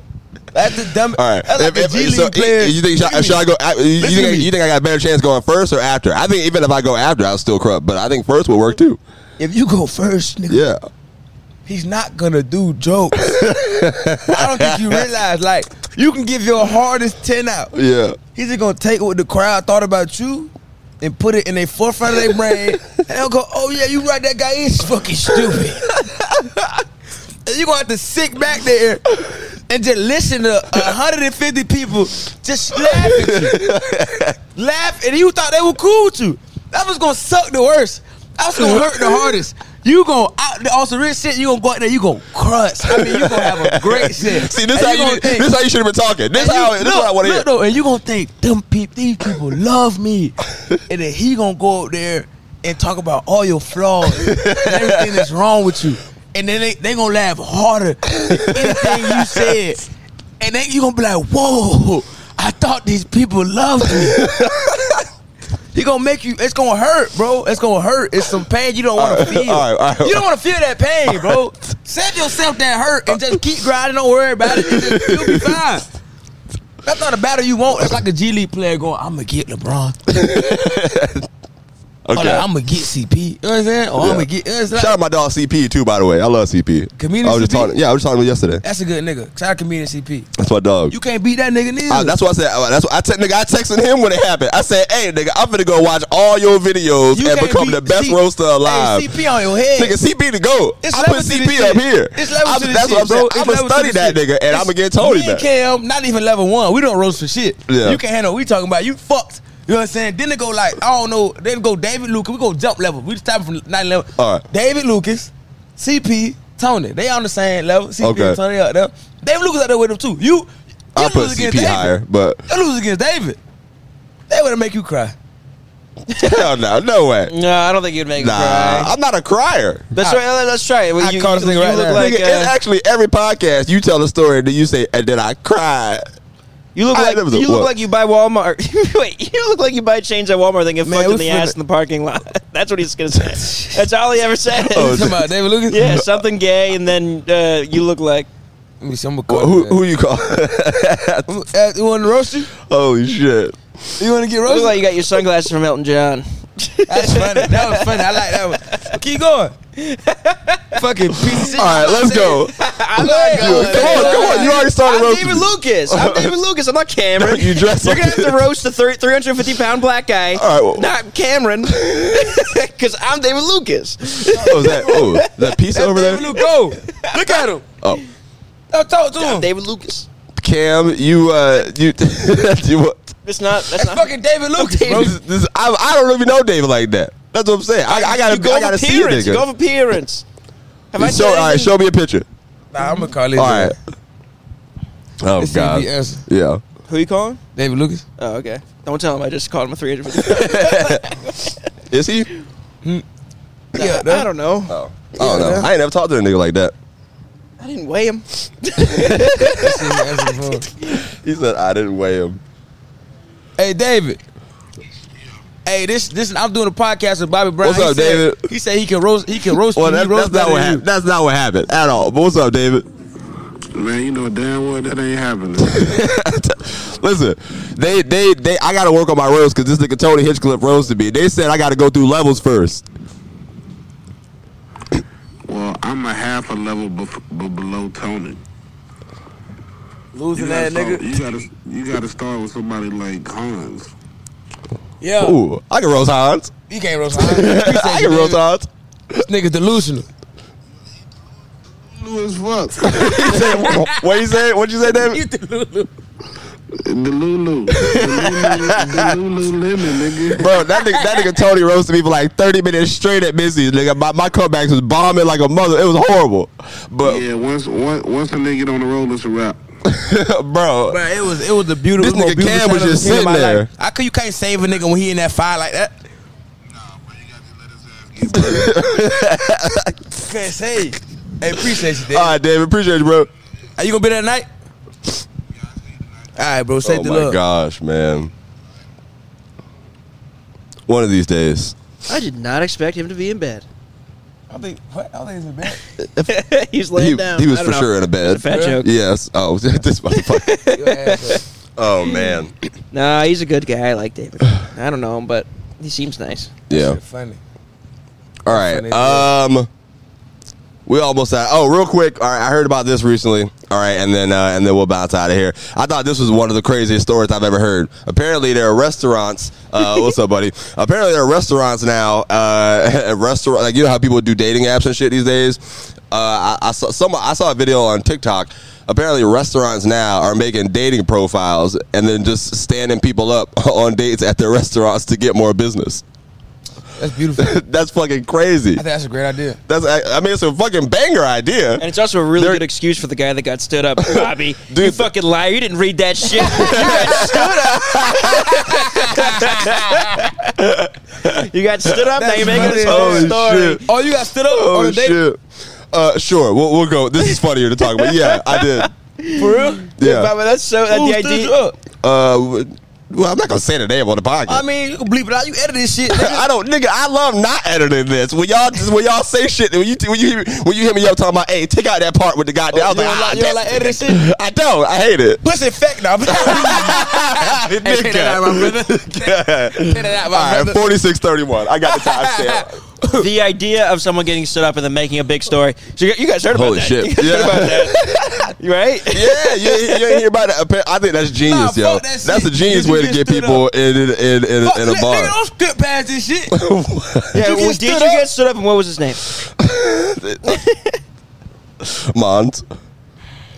Speaker 3: That's the dumb.
Speaker 1: All right.
Speaker 3: That's like
Speaker 1: If-
Speaker 3: a G
Speaker 1: if- so
Speaker 3: League player.
Speaker 1: you think should, I- should I go? I- You, you
Speaker 3: Listen to
Speaker 1: think,
Speaker 3: me.
Speaker 1: you think I got a better chance going first or after? I think even if I go after, I'll still corrupt. But I think first would work too.
Speaker 3: if you go first, nigga,
Speaker 1: Yeah.
Speaker 3: he's not gonna do jokes. I don't think you realize. Like, you can give your hardest ten out.
Speaker 1: Yeah.
Speaker 3: He's just gonna take what the crowd thought about you and put it in their forefront of their brain, and they'll go, "Oh yeah, you right. That guy is fucking stupid." and you gonna have to sit back there and just listen to 150 people just laugh at you, laugh, and you thought they were cool with you. That was gonna suck the worst. That was gonna hurt the hardest. You gonna out the also real shit. You gonna go out there. You gonna crush. I mean, you gonna have a great set.
Speaker 1: See, this
Speaker 3: And
Speaker 1: how you,
Speaker 3: gonna
Speaker 1: this
Speaker 3: think-
Speaker 1: how you should have been talking. This
Speaker 3: and
Speaker 1: how
Speaker 3: you-
Speaker 1: this is what I want to hear.
Speaker 3: look, though, and you gonna think them people, these people love me, and then he gonna go up there and talk about all your flaws, and everything that's wrong with you, and then they they gonna laugh harder than anything you said, and then you gonna be like, whoa, I thought these people loved me. He gonna make you. It's gonna hurt, bro. It's gonna hurt. It's some pain you don't want
Speaker 1: All right,
Speaker 3: to feel.
Speaker 1: all right, all right.
Speaker 3: You don't want to feel that pain, bro. Send yourself that hurt and just keep grinding. Don't worry about it. It's just- You'll be fine. That's not a battle you want. It's like a G League player going, "I'm gonna get LeBron. Or like,
Speaker 1: Okay.
Speaker 3: I'm gonna get CP. You know what I'm saying? Or I'm gonna get." It's like-
Speaker 1: Shout out my dog CP too, by the way. I love CP.
Speaker 3: Comedian
Speaker 1: I was just
Speaker 3: CP?
Speaker 1: talking. Yeah, I was just talking to him yesterday.
Speaker 3: that's a good nigga. Shout out comedian CP.
Speaker 1: That's my dog.
Speaker 3: You can't beat that nigga neither.
Speaker 1: I, that's what I said. I- That's what I, te- nigga, I texted him when it happened. I said, "Hey, nigga, I'm finna go watch all your videos
Speaker 3: you
Speaker 1: and
Speaker 3: can't
Speaker 1: become
Speaker 3: beat
Speaker 1: the best
Speaker 3: C-
Speaker 1: roaster alive."
Speaker 3: Hey, CP on your head.
Speaker 1: Nigga, CP to go.
Speaker 3: It's
Speaker 1: I put
Speaker 3: level to this
Speaker 1: CP up
Speaker 3: shit.
Speaker 1: here.
Speaker 3: It's level
Speaker 1: I'm-
Speaker 3: to this
Speaker 1: that's what I'm saying.
Speaker 3: shit, bro.
Speaker 1: I'm
Speaker 3: It's
Speaker 1: gonna
Speaker 3: level to
Speaker 1: study
Speaker 3: this
Speaker 1: that
Speaker 3: shit.
Speaker 1: nigga, and I'm gonna get Tony
Speaker 3: me and
Speaker 1: back.
Speaker 3: Cam, not even level one. We don't roast for shit.
Speaker 1: Yeah.
Speaker 3: You can't handle what we talking about. You fucked. You know what I'm saying? Then they go like, I don't know. Then go David Lucas. We go jump level. We start from 9 level.
Speaker 1: All right.
Speaker 3: David Lucas, CP, Tony. They on the same level. CP
Speaker 1: Okay.
Speaker 3: and Tony out there. David Lucas out there with them too. You, you
Speaker 1: I put
Speaker 3: lose against
Speaker 1: CP
Speaker 3: David.
Speaker 1: higher, but
Speaker 3: You lose against David. They would make you cry.
Speaker 1: hell no, no way.
Speaker 2: No, I don't think you'd make
Speaker 1: Nah,
Speaker 2: it cry.
Speaker 1: I'm not a crier.
Speaker 2: Let's try. Let's try it.
Speaker 3: I caught this thing
Speaker 2: you
Speaker 3: right
Speaker 2: look
Speaker 3: there.
Speaker 2: like
Speaker 1: nigga, it's
Speaker 2: uh,
Speaker 1: actually every podcast you tell a story and then you say, and then I cried.
Speaker 2: you look
Speaker 1: I-
Speaker 2: like
Speaker 1: that was a-
Speaker 2: you look
Speaker 1: what?
Speaker 2: like you buy Walmart. Wait, you look like you buy change at Walmart then get
Speaker 3: Man,
Speaker 2: fucked in
Speaker 3: we
Speaker 2: the
Speaker 3: finna-
Speaker 2: ass in the parking lot. That's what he's gonna say. That's all he ever said.
Speaker 1: Oh,
Speaker 3: You talking about David Lucas?
Speaker 2: yeah, something gay, and then uh, you look like
Speaker 3: Let me see. I'm gonna
Speaker 1: Wh-
Speaker 3: call
Speaker 1: who,
Speaker 3: you, man.
Speaker 1: who you call?
Speaker 3: Uh, you want to roast you?
Speaker 1: Holy shit.
Speaker 3: You want to get
Speaker 2: you look
Speaker 3: roasted?
Speaker 2: like you got your sunglasses from Elton John.
Speaker 3: That's funny. That was funny. I like that one. Keep going. Fucking piece of shit.
Speaker 1: All right, let's go.
Speaker 2: I like
Speaker 1: Come on, come on. You already started
Speaker 2: I'm
Speaker 1: roasting.
Speaker 2: David Lucas. I'm David Lucas. I'm not Cameron.
Speaker 1: You dress
Speaker 2: You're
Speaker 1: up-
Speaker 2: gonna have to roast the thir 350 pound black guy.
Speaker 1: All right, well-
Speaker 2: not Cameron, because I'm David Lucas.
Speaker 1: Oh, is that, oh, is that piece
Speaker 3: That's
Speaker 1: over there?
Speaker 3: David Luke. Go. Look at him.
Speaker 1: Oh,
Speaker 3: Now talk to
Speaker 2: I'm
Speaker 3: him.
Speaker 2: David Lucas.
Speaker 1: Cam, you, uh, you, you what?
Speaker 2: It's not. That's
Speaker 3: That's
Speaker 2: not.
Speaker 3: fucking David Lucas, bro.
Speaker 1: This, this, I, I don't even know David like that. That's what I'm saying. I, I gotta,
Speaker 2: you go
Speaker 1: I
Speaker 2: off
Speaker 1: gotta see a
Speaker 2: appearance. You
Speaker 1: nigga.
Speaker 2: go off appearance. Have
Speaker 1: show, all right,
Speaker 2: anything?
Speaker 1: show me a picture.
Speaker 3: Nah, I'm gonna call it.
Speaker 1: All right. Oh
Speaker 3: Let's see if
Speaker 1: God.
Speaker 3: he answer.
Speaker 1: Yeah.
Speaker 2: Who you calling?
Speaker 3: David Lucas.
Speaker 2: Oh, okay. Don't tell him. I just called him a 350.
Speaker 1: Is he?
Speaker 3: Yeah,
Speaker 2: I
Speaker 3: that-
Speaker 2: don't know.
Speaker 1: Oh. I don't
Speaker 3: Yeah,
Speaker 1: know.
Speaker 3: man.
Speaker 1: I ain't never talked to a nigga like that.
Speaker 2: I didn't weigh him.
Speaker 3: Let's see if he answer the phone.
Speaker 1: He said I didn't weigh him.
Speaker 3: Hey, David. Hey, this this I'm doing a podcast with Bobby Brown.
Speaker 1: What's
Speaker 3: He
Speaker 1: up,
Speaker 3: said-
Speaker 1: David?
Speaker 3: He said he can roast. He can roast.
Speaker 1: Well,
Speaker 3: you,
Speaker 1: that,
Speaker 3: he roast
Speaker 1: that's not
Speaker 3: better
Speaker 1: what
Speaker 3: than you.
Speaker 1: happened. That's not what happened at all. But what's up, David?
Speaker 5: Man, you know damn well that ain't happening.
Speaker 1: Listen, they, they, they. I gotta work on my roast because this nigga Tony Hitchcliffe roasted me. They said I gotta go through levels first.
Speaker 5: I'm a half a level bef- b- below Tony. You
Speaker 3: Losing
Speaker 5: gotta,
Speaker 3: that
Speaker 5: start,
Speaker 3: nigga.
Speaker 5: you gotta you gotta start with somebody like Hans.
Speaker 3: Yeah.
Speaker 1: Ooh, I can roast Hans.
Speaker 3: You can't roast Hans.
Speaker 1: I can roast Hans.
Speaker 3: This nigga's delusional.
Speaker 5: Blue as fuck.
Speaker 1: He said- what you say? What you say, David?
Speaker 5: the Lulu. The Lulu. The Lulu lemon, nigga.
Speaker 1: Bro, that nigga, that nigga Tony roasted me for like 30 minutes straight at Missy's. Nigga, my, my comebacks was bombing like a mother. It was horrible. But,
Speaker 5: Yeah, once once once a nigga get on the roll, it's a wrap.
Speaker 1: bro,
Speaker 3: Bro, it was it was the beautiful.
Speaker 1: This
Speaker 3: most
Speaker 1: nigga Cam
Speaker 3: beautiful
Speaker 1: was
Speaker 3: shit I've
Speaker 1: just
Speaker 3: seen in
Speaker 1: sitting
Speaker 3: my life.
Speaker 1: there.
Speaker 3: How could you can't save a nigga when he in that fire like that? Can't save. Hey, appreciate you, Dave.
Speaker 1: all right, David, appreciate you, bro.
Speaker 3: Are you gonna be there tonight? All right, bro. Save
Speaker 1: oh
Speaker 3: the
Speaker 1: my
Speaker 3: love.
Speaker 1: gosh, man. One of these days.
Speaker 4: I did not expect him to be in bed.
Speaker 3: I think what? I think it's bad.
Speaker 4: He's laying
Speaker 1: He,
Speaker 4: down.
Speaker 1: he was
Speaker 4: I
Speaker 1: for
Speaker 4: don't know.
Speaker 1: sure in a bed.
Speaker 4: Fat joke.
Speaker 1: Yes. Oh, this motherfucker. oh, man.
Speaker 4: Nah, he's a good guy. I like David. I don't know him, but he seems nice.
Speaker 1: Yeah.
Speaker 3: Funny.
Speaker 1: All right. Um, we almost out. Oh, real quick. All right, I heard about this recently. All right, and then uh, and then we'll bounce out of here. I thought this was one of the craziest stories I've ever heard. Apparently, there are restaurants. Uh, what's up, buddy? Apparently, there are restaurants now. Uh, restaurant like you know how people do dating apps and shit these days. Uh, I, I saw some. I saw a video on TikTok. Apparently, restaurants now are making dating profiles and then just standing people up on dates at their restaurants to get more business.
Speaker 3: That's beautiful. I think
Speaker 1: That's fucking crazy.
Speaker 3: that's a great idea.
Speaker 1: That's I, I mean it's a fucking banger idea.
Speaker 2: And it's also a really
Speaker 1: They're-
Speaker 2: good excuse for the guy that got stood up, Bobby. you
Speaker 1: Dude.
Speaker 2: fucking liar! You didn't read that shit. you got stood up. you got stood up. Now
Speaker 3: That's
Speaker 2: you're making this whole
Speaker 1: Holy
Speaker 2: story.
Speaker 1: shit!
Speaker 3: Oh, you got stood up on
Speaker 1: Oh
Speaker 3: a date?
Speaker 1: shit! Uh, sure, we'll, we'll go. This is funnier to talk about. Yeah, I did.
Speaker 3: for real?
Speaker 2: Yeah, Bobby,
Speaker 1: Yeah.
Speaker 2: that's so. That
Speaker 3: Who
Speaker 2: the
Speaker 3: stood you
Speaker 2: idea.
Speaker 3: up?
Speaker 1: Uh, w- well, I'm not gonna say the name on the podcast.
Speaker 3: I mean, you can bleep it out. You edit this shit. nigga.
Speaker 1: I don't, nigga. I love not editing this. When y'all just, when y'all say shit, when you when you hear, when you hear me up talking about, hey, take out that part with the goddamn. I was
Speaker 3: you
Speaker 1: like,
Speaker 3: don't
Speaker 1: ah,
Speaker 3: like- you don't
Speaker 1: that-
Speaker 3: like editing shit?
Speaker 1: I don't. I hate it.
Speaker 3: Pussy fake now. Edit that out, my brother. Edit that out, my
Speaker 1: All right,
Speaker 3: brother.
Speaker 1: forty six thirty one. I got the timestamp.
Speaker 2: The idea of someone getting stood up and then making a big story. So you you guys heard about
Speaker 1: Holy
Speaker 2: that.
Speaker 1: shit!
Speaker 2: You guys heard about
Speaker 1: Yeah,
Speaker 2: that, right?
Speaker 1: yeah. You, ain't- you ain't hear about that. Appa- I think that's genius,
Speaker 3: fuck
Speaker 1: yo.
Speaker 3: that shit.
Speaker 1: that's a genius
Speaker 3: You
Speaker 1: way to
Speaker 3: just
Speaker 1: get
Speaker 3: stood
Speaker 1: people in in in, in,
Speaker 3: Fuck,
Speaker 1: in a
Speaker 3: nigga,
Speaker 1: bar.
Speaker 3: Don't skip past this shit.
Speaker 2: Yeah. well,
Speaker 3: You get
Speaker 2: did you
Speaker 3: stood up?
Speaker 2: get stood up? And what was his name?
Speaker 1: Mont.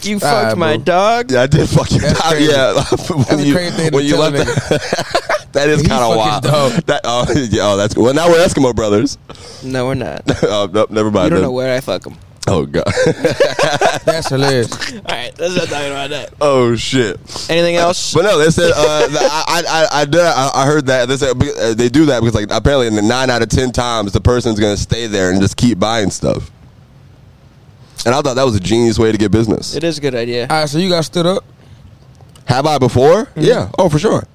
Speaker 2: You
Speaker 3: right,
Speaker 2: fucked my
Speaker 3: bro.
Speaker 2: dog.
Speaker 1: Yeah, I did fuck your
Speaker 3: That's
Speaker 1: dog.
Speaker 3: crazy.
Speaker 1: Yeah, when
Speaker 3: a
Speaker 1: you
Speaker 3: crazy thing to
Speaker 1: when you
Speaker 3: tell a
Speaker 1: left, that, that is
Speaker 3: He
Speaker 1: kind of
Speaker 3: fuck
Speaker 1: wild.
Speaker 3: his dog.
Speaker 1: That oh, yeah, oh that's well now we're Eskimo brothers.
Speaker 2: No, we're not.
Speaker 1: oh, nope, never mind.
Speaker 2: You don't
Speaker 1: then.
Speaker 2: know where I fuck him.
Speaker 1: Oh god.
Speaker 3: That's hilarious.
Speaker 2: All right, let's not talk about that.
Speaker 1: oh shit.
Speaker 2: Anything else?
Speaker 1: But no, they said uh, the, I, I I I did I, I heard that they said uh, they do that because like apparently in the nine out of ten times the person's gonna stay there and just keep buying stuff. And I thought that was a genius way to get business.
Speaker 2: It is a good idea.
Speaker 3: All right, so you got stood up.
Speaker 1: Have I before? Yeah. Oh, for sure.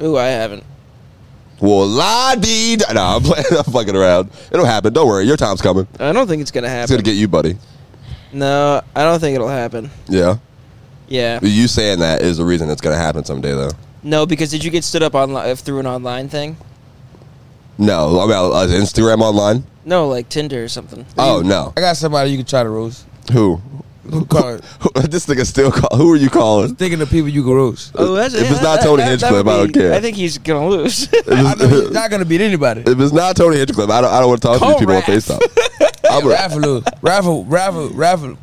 Speaker 2: Ooh, I haven't.
Speaker 1: Well, la dee. da- Nah, I'm playing. I'm fucking around. It'll happen. Don't worry. Your time's coming.
Speaker 2: I don't think it's gonna
Speaker 1: It's gonna
Speaker 2: happen.
Speaker 1: get you, buddy.
Speaker 2: no, I don't think it'll happen.
Speaker 1: Yeah.
Speaker 2: Yeah.
Speaker 1: You saying that is the reason it's gonna happen someday, though.
Speaker 2: No, because did you get stood up online through an online thing?
Speaker 1: No, I mean, uh, is Instagram online.
Speaker 2: No, like Tinder or something.
Speaker 1: Oh no.
Speaker 3: I got somebody you can try to roast.
Speaker 1: Who?
Speaker 3: Who call it?
Speaker 1: Who- this nigga still call. Who are you calling?
Speaker 3: Thinking of people you can roast.
Speaker 2: Oh, that's
Speaker 1: If
Speaker 2: yeah,
Speaker 1: it's not
Speaker 2: that-
Speaker 1: Tony
Speaker 2: that- that
Speaker 1: Hinchcliffe,
Speaker 2: would
Speaker 1: I don't
Speaker 2: be-
Speaker 1: care.
Speaker 2: I think he's gonna lose.
Speaker 3: I know he's not gonna beat anybody.
Speaker 1: If it's not Tony Hitchcliff, I don't. I don't want to talk to these
Speaker 2: Call
Speaker 1: people on
Speaker 2: Raph.
Speaker 1: Facetime. I'm a,
Speaker 3: Raffle, raffle, raffle, raffle.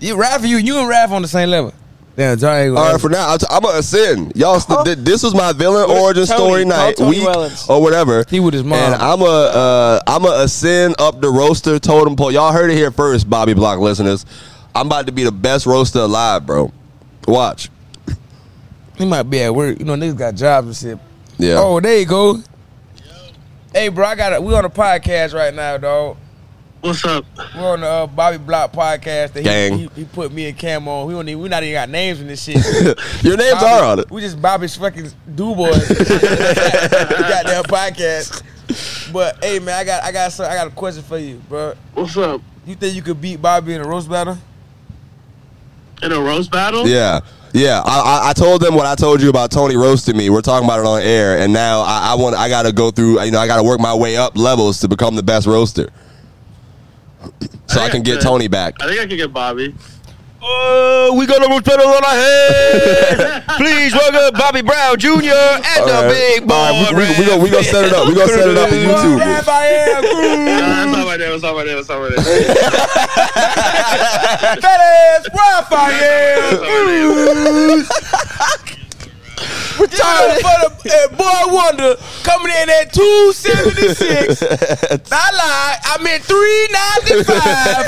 Speaker 3: You raffle you, you and raffle on the same level. Damn, Jari ain't gonna
Speaker 1: all right,
Speaker 3: raffle.
Speaker 1: for now, I'm, t- I'm gonna ascend. Y'all, st- th- this was my villain
Speaker 2: Where's
Speaker 1: origin
Speaker 2: Oh. Tony?
Speaker 1: story
Speaker 2: Call
Speaker 1: night,
Speaker 2: Tony
Speaker 1: week
Speaker 2: Wellens.
Speaker 1: or whatever.
Speaker 3: He with his mom.
Speaker 1: And I'm a, uh, I'm a ascend up the roaster totem pole. Y'all heard it here first, Bobby Block listeners. I'm about to be the best roaster alive, bro. Watch.
Speaker 3: he might be at work. You know, niggas got jobs and shit.
Speaker 1: Yeah.
Speaker 3: Oh, there you go. Hey, bro, I got a, we on a podcast right now, dog.
Speaker 6: What's up?
Speaker 3: We're on the uh, Bobby Block podcast. That he-
Speaker 1: Gang.
Speaker 3: He, he, put me and Cam on. We don't even, we not even got names in this shit.
Speaker 1: Your names
Speaker 3: Bobby-
Speaker 1: are on it.
Speaker 3: We just Bobby's fucking do boys. Goddamn podcast. But hey, man, I got I got some, I got a question for you, bro.
Speaker 6: What's up?
Speaker 3: You think you could beat Bobby in a roast battle?
Speaker 6: In a roast battle?
Speaker 1: Yeah. Yeah, I, I, I told them what I told you about Tony roasting me. We're talking about it on air, and now I, I want I gotta go through. You know, I gotta work my way up levels to become the best roaster. so I can get Tony back.
Speaker 6: I think I can get Bobby.
Speaker 2: Oh, we got a hospital on our head. Please welcome Bobby Brown Jr. at
Speaker 1: All right. All right, we, we, we, gonna, we gonna set it up. We gonna set it up for YouTube.
Speaker 6: Nah, that's not my name. That's not my name. That's not my name. That's not my name.
Speaker 3: Time for the eh, boy wonder coming in at two seventy six. I lied. I'm in three ninety five.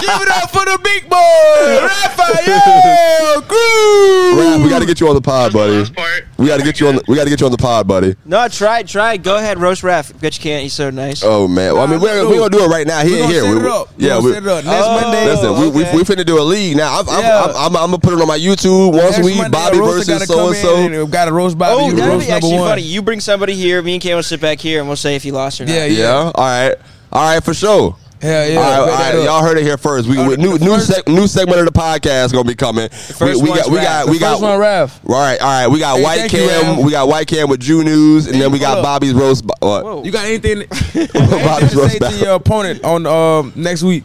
Speaker 3: Give it up for the big boy, Raphael
Speaker 1: Rap,
Speaker 3: Cruz.
Speaker 1: we gotta get you on the pod, buddy.
Speaker 6: Last part.
Speaker 1: We gotta get you on. The, we gotta get you on the pod, buddy.
Speaker 4: No, try it, try it. Go ahead, roast Raf. Bet you can't. He's so nice.
Speaker 1: Oh man, well, I mean,
Speaker 3: Nah,
Speaker 1: we're,
Speaker 3: let's
Speaker 1: we
Speaker 3: do
Speaker 1: gonna
Speaker 3: it.
Speaker 1: do it right now. He
Speaker 3: We
Speaker 1: ain't
Speaker 3: gonna
Speaker 1: here.
Speaker 3: set
Speaker 1: We-
Speaker 3: it up. We
Speaker 1: Yeah,
Speaker 3: gonna
Speaker 1: we-
Speaker 3: set it up. Next
Speaker 4: Oh,
Speaker 3: Monday.
Speaker 1: Listen, we, we,
Speaker 4: okay.
Speaker 1: we finna do a league now. I'm, I'm,
Speaker 4: Yeah.
Speaker 1: I'm, I'm, I'm gonna put it on my YouTube once
Speaker 3: Next
Speaker 1: we
Speaker 3: Monday,
Speaker 1: Bobby
Speaker 3: a roaster
Speaker 1: versus
Speaker 3: gotta
Speaker 1: so
Speaker 3: come
Speaker 1: and
Speaker 3: in
Speaker 1: so.
Speaker 3: and Got a roast Bobby.
Speaker 4: Oh,
Speaker 3: you the
Speaker 4: that'd
Speaker 3: roast
Speaker 4: be
Speaker 3: number
Speaker 4: actually
Speaker 3: one.
Speaker 4: funny. You bring somebody here, me and Cam will sit back here, and we'll say if you lost or not.
Speaker 3: Yeah,
Speaker 1: Yeah. All right. All right. For sure.
Speaker 3: Hell yeah.
Speaker 1: all right,
Speaker 3: Bet
Speaker 1: all
Speaker 3: that
Speaker 1: right,
Speaker 3: up.
Speaker 1: y'all heard it here first. We, we- new new, seg- new segment of the podcast gonna be coming. We, we
Speaker 4: one's
Speaker 1: got we
Speaker 4: Raph.
Speaker 1: got
Speaker 3: The
Speaker 1: we got
Speaker 3: first one, Raph.
Speaker 1: All right, all right. We got
Speaker 3: Hey,
Speaker 1: White
Speaker 3: thank you,
Speaker 1: Cam.
Speaker 3: Raph.
Speaker 1: we got White Cam with Jew News, and then we got
Speaker 3: look.
Speaker 1: Bobby's roast. Bo- what?
Speaker 4: Whoa.
Speaker 3: You got anything, anything
Speaker 1: Bobby's
Speaker 3: to
Speaker 1: roast
Speaker 3: say to
Speaker 1: battle.
Speaker 3: your opponent on um, next week?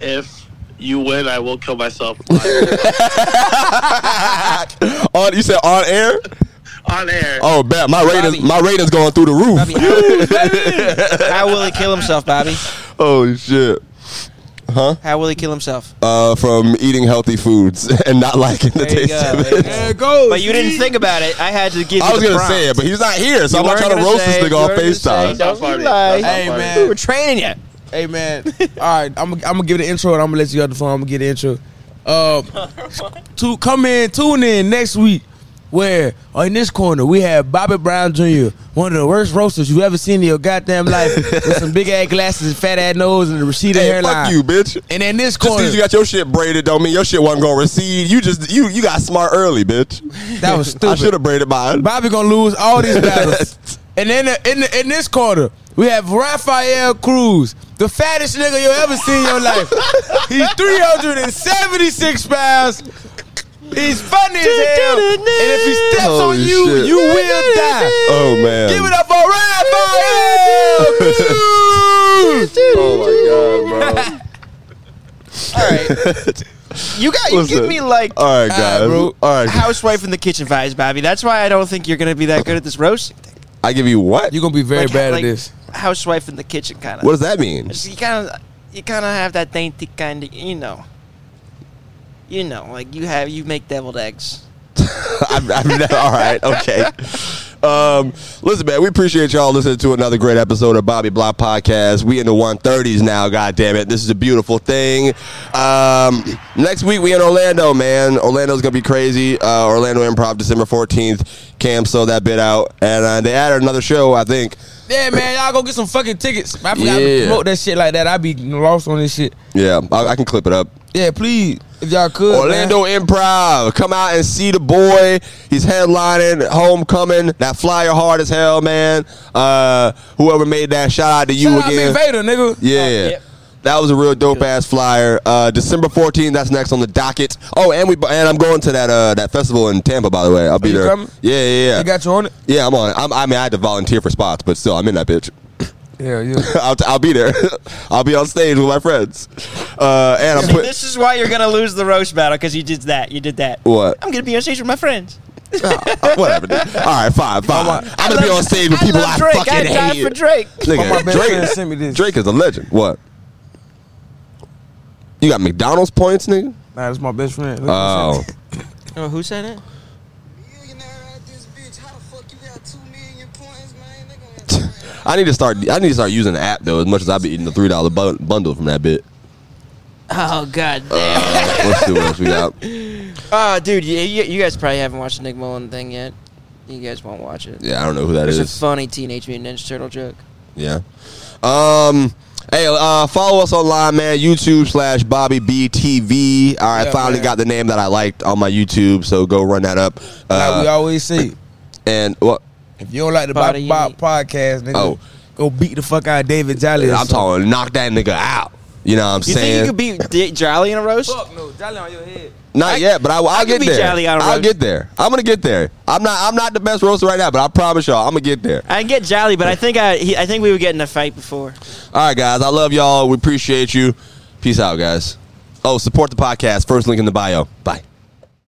Speaker 6: If you win, I will kill myself on
Speaker 1: On you said on air?
Speaker 6: air.
Speaker 1: Oh, bet my ratings
Speaker 4: Bobby.
Speaker 1: my ratings going through the
Speaker 4: Bobby,
Speaker 1: roof.
Speaker 4: how, how will he kill himself, Bobby?
Speaker 1: Oh shit.
Speaker 4: How will he kill himself?
Speaker 1: Uh, from eating healthy foods and not liking the
Speaker 4: There you
Speaker 1: taste
Speaker 4: go,
Speaker 1: of
Speaker 4: there you
Speaker 1: it.
Speaker 4: go.
Speaker 3: There it goes.
Speaker 4: But you didn't think about it. I had to give. You
Speaker 1: Oh, I was
Speaker 4: the
Speaker 1: gonna
Speaker 4: prompt.
Speaker 1: say it, but he's not here, so
Speaker 4: You
Speaker 1: I'm not
Speaker 4: weren't
Speaker 1: trying to
Speaker 4: gonna
Speaker 1: roast
Speaker 4: say-
Speaker 1: this
Speaker 4: you
Speaker 1: nigga on
Speaker 4: weren't gonna say,
Speaker 1: FaceTime.
Speaker 4: don't
Speaker 6: That's not
Speaker 4: you
Speaker 6: funny.
Speaker 4: lie.
Speaker 6: That's
Speaker 3: Hey,
Speaker 6: not
Speaker 3: man.
Speaker 4: We were training you.
Speaker 3: Hey man. All right, I'm I'm gonna give the intro and I'm gonna let you out the phone. I'm gonna get the intro. Um, to come in, tune in next week. Where in this corner we have Bobby Brown Jr., one of the worst roasters you ever seen in your goddamn life, with some big ass glasses, and fat ass nose, and a receding
Speaker 1: Hey,
Speaker 3: hairline.
Speaker 1: fuck you, bitch.
Speaker 3: And in this
Speaker 1: Just
Speaker 3: corner,
Speaker 1: because you got your shit braided don't mean your shit wasn't gonna recede. You just you you got smart early, bitch.
Speaker 3: that was
Speaker 1: I should
Speaker 3: stupid.
Speaker 1: have braided mine.
Speaker 3: Bobby gonna lose all these battles. and then uh, in the, in this corner, we have Rafael Cruz, the fattest nigga you ever seen in your life. He's 376 pounds. He's funny as hell. And if he steps
Speaker 1: Holy
Speaker 3: on you,
Speaker 1: shit.
Speaker 3: you will die.
Speaker 1: Oh man.
Speaker 3: Give it up for Rafael Cruz.
Speaker 1: Oh my god, bro.
Speaker 4: You got you give
Speaker 1: Listen.
Speaker 4: me like
Speaker 1: All right, guys.
Speaker 3: bro.
Speaker 1: All right.
Speaker 4: housewife in the kitchen vibes, Bobby. That's why I don't think you're gonna be that good at this roasting thing.
Speaker 1: I give you what?
Speaker 3: You're gonna be very
Speaker 4: Like-
Speaker 3: bad
Speaker 4: like
Speaker 3: at this.
Speaker 4: Housewife in the kitchen kind
Speaker 1: what
Speaker 4: of.
Speaker 1: does that mean?
Speaker 4: You kind of you kind of have that dainty kind of you know. You know, like you have you make deviled eggs.
Speaker 1: I'm, I'm not, all right, okay. Um, listen, man, we appreciate y'all listening to another great episode of Bobby Block Podcast. We in the 130s now, God damn it. This is a beautiful thing. Um, next week, we in Orlando, man. Orlando's going to be crazy. Uh, Orlando Improv, December 14th. Cam sold that bit out. And uh, they added another show, I think.
Speaker 3: Yeah, man, y'all go get some fucking tickets. I forgot to
Speaker 1: Yeah.
Speaker 3: promote that shit like that. I be lost on this shit.
Speaker 1: Yeah, I, I can clip it up.
Speaker 3: Yeah, please, if y'all could. man.
Speaker 1: Orlando Improv. Come out and see the boy. He's headlining Homecoming. That flyer hard as hell, man. Uh, whoever made that, shout out to you
Speaker 3: Shout out
Speaker 1: again.
Speaker 3: Big Vader, nigga.
Speaker 1: yeah.
Speaker 4: yep.
Speaker 1: That was a real dope ass flyer. Uh, December 14th, that's next on the docket. Oh, and we and I'm going to that uh, that festival in Tampa, by the way. I'll be
Speaker 3: you
Speaker 1: there.
Speaker 3: coming?
Speaker 1: Yeah, yeah, yeah.
Speaker 3: They got you on it.
Speaker 1: yeah, I'm on. it. I'm, I mean, I had to volunteer for spots, but still, I'm in that bitch.
Speaker 3: Yeah, yeah.
Speaker 1: I'll, t- I'll be there. I'll be on stage with my friends. Uh, and I'm putting.
Speaker 4: This is why you're gonna lose the roast battle because you did that. You did that.
Speaker 1: What?
Speaker 4: I'm gonna be on stage with my friends.
Speaker 1: Uh, whatever. Dude. All right, fine, fine. I'm gonna be on stage with people I,
Speaker 4: love Drake.
Speaker 1: fucking
Speaker 4: I died
Speaker 1: hate.
Speaker 4: for Drake.
Speaker 1: Nigga,
Speaker 3: my best friend
Speaker 1: Drake,
Speaker 3: sent me this.
Speaker 1: Drake is a legend. What? You got McDonald's points, nigga?
Speaker 3: Nah, that's my best friend. Look at
Speaker 1: Oh,
Speaker 4: Oh, who said it?
Speaker 7: millionaire at this bitch. How the fuck you got two million points, man? They gonna have to find out.
Speaker 1: I need to start. I need to start using the app though. As much as I've been eating the three dollar bu- bundle from that bit.
Speaker 4: Oh god damn.
Speaker 1: Uh, let's see what else we got.
Speaker 4: Ah, dude, you, you, you guys probably haven't watched the Nick Mullen thing yet. You guys won't watch it.
Speaker 1: Yeah, I don't know who that
Speaker 4: It's
Speaker 1: is.
Speaker 4: a funny Teenage Mutant Ninja Turtle joke.
Speaker 1: Yeah. Um. Hey, uh, follow us online, man. YouTube slash Bobby B TV. All right,
Speaker 3: Yeah,
Speaker 1: finally
Speaker 3: man.
Speaker 1: got the name that I liked on my YouTube, so go run that up.
Speaker 3: that. like we
Speaker 1: Uh,
Speaker 3: always say,
Speaker 1: and what?
Speaker 3: if you don't like the Body
Speaker 4: Body
Speaker 3: Bop
Speaker 4: unique.
Speaker 3: podcast, nigga,
Speaker 1: Oh.
Speaker 3: go beat the fuck out of David Jolly. or
Speaker 1: I'm
Speaker 3: something.
Speaker 1: talking knock that nigga out. You know what I'm
Speaker 4: You
Speaker 1: saying?
Speaker 4: think you could beat D- Jolly in a roast?
Speaker 3: Fuck no, Jolly on your head.
Speaker 1: Not yet, but I, will
Speaker 2: I
Speaker 1: get
Speaker 2: could be
Speaker 1: there.
Speaker 2: jolly on a
Speaker 1: I'll
Speaker 2: roast.
Speaker 1: get there. I'm gonna get there. I'm not. I'm not the best roaster right now, but I promise y'all, I'm gonna get there.
Speaker 2: I get jolly, but I think I he, I think we were getting a fight before.
Speaker 1: All right, guys. I love y'all. We appreciate you. Peace out, guys. Oh, support the podcast. First link in the bio. Bye.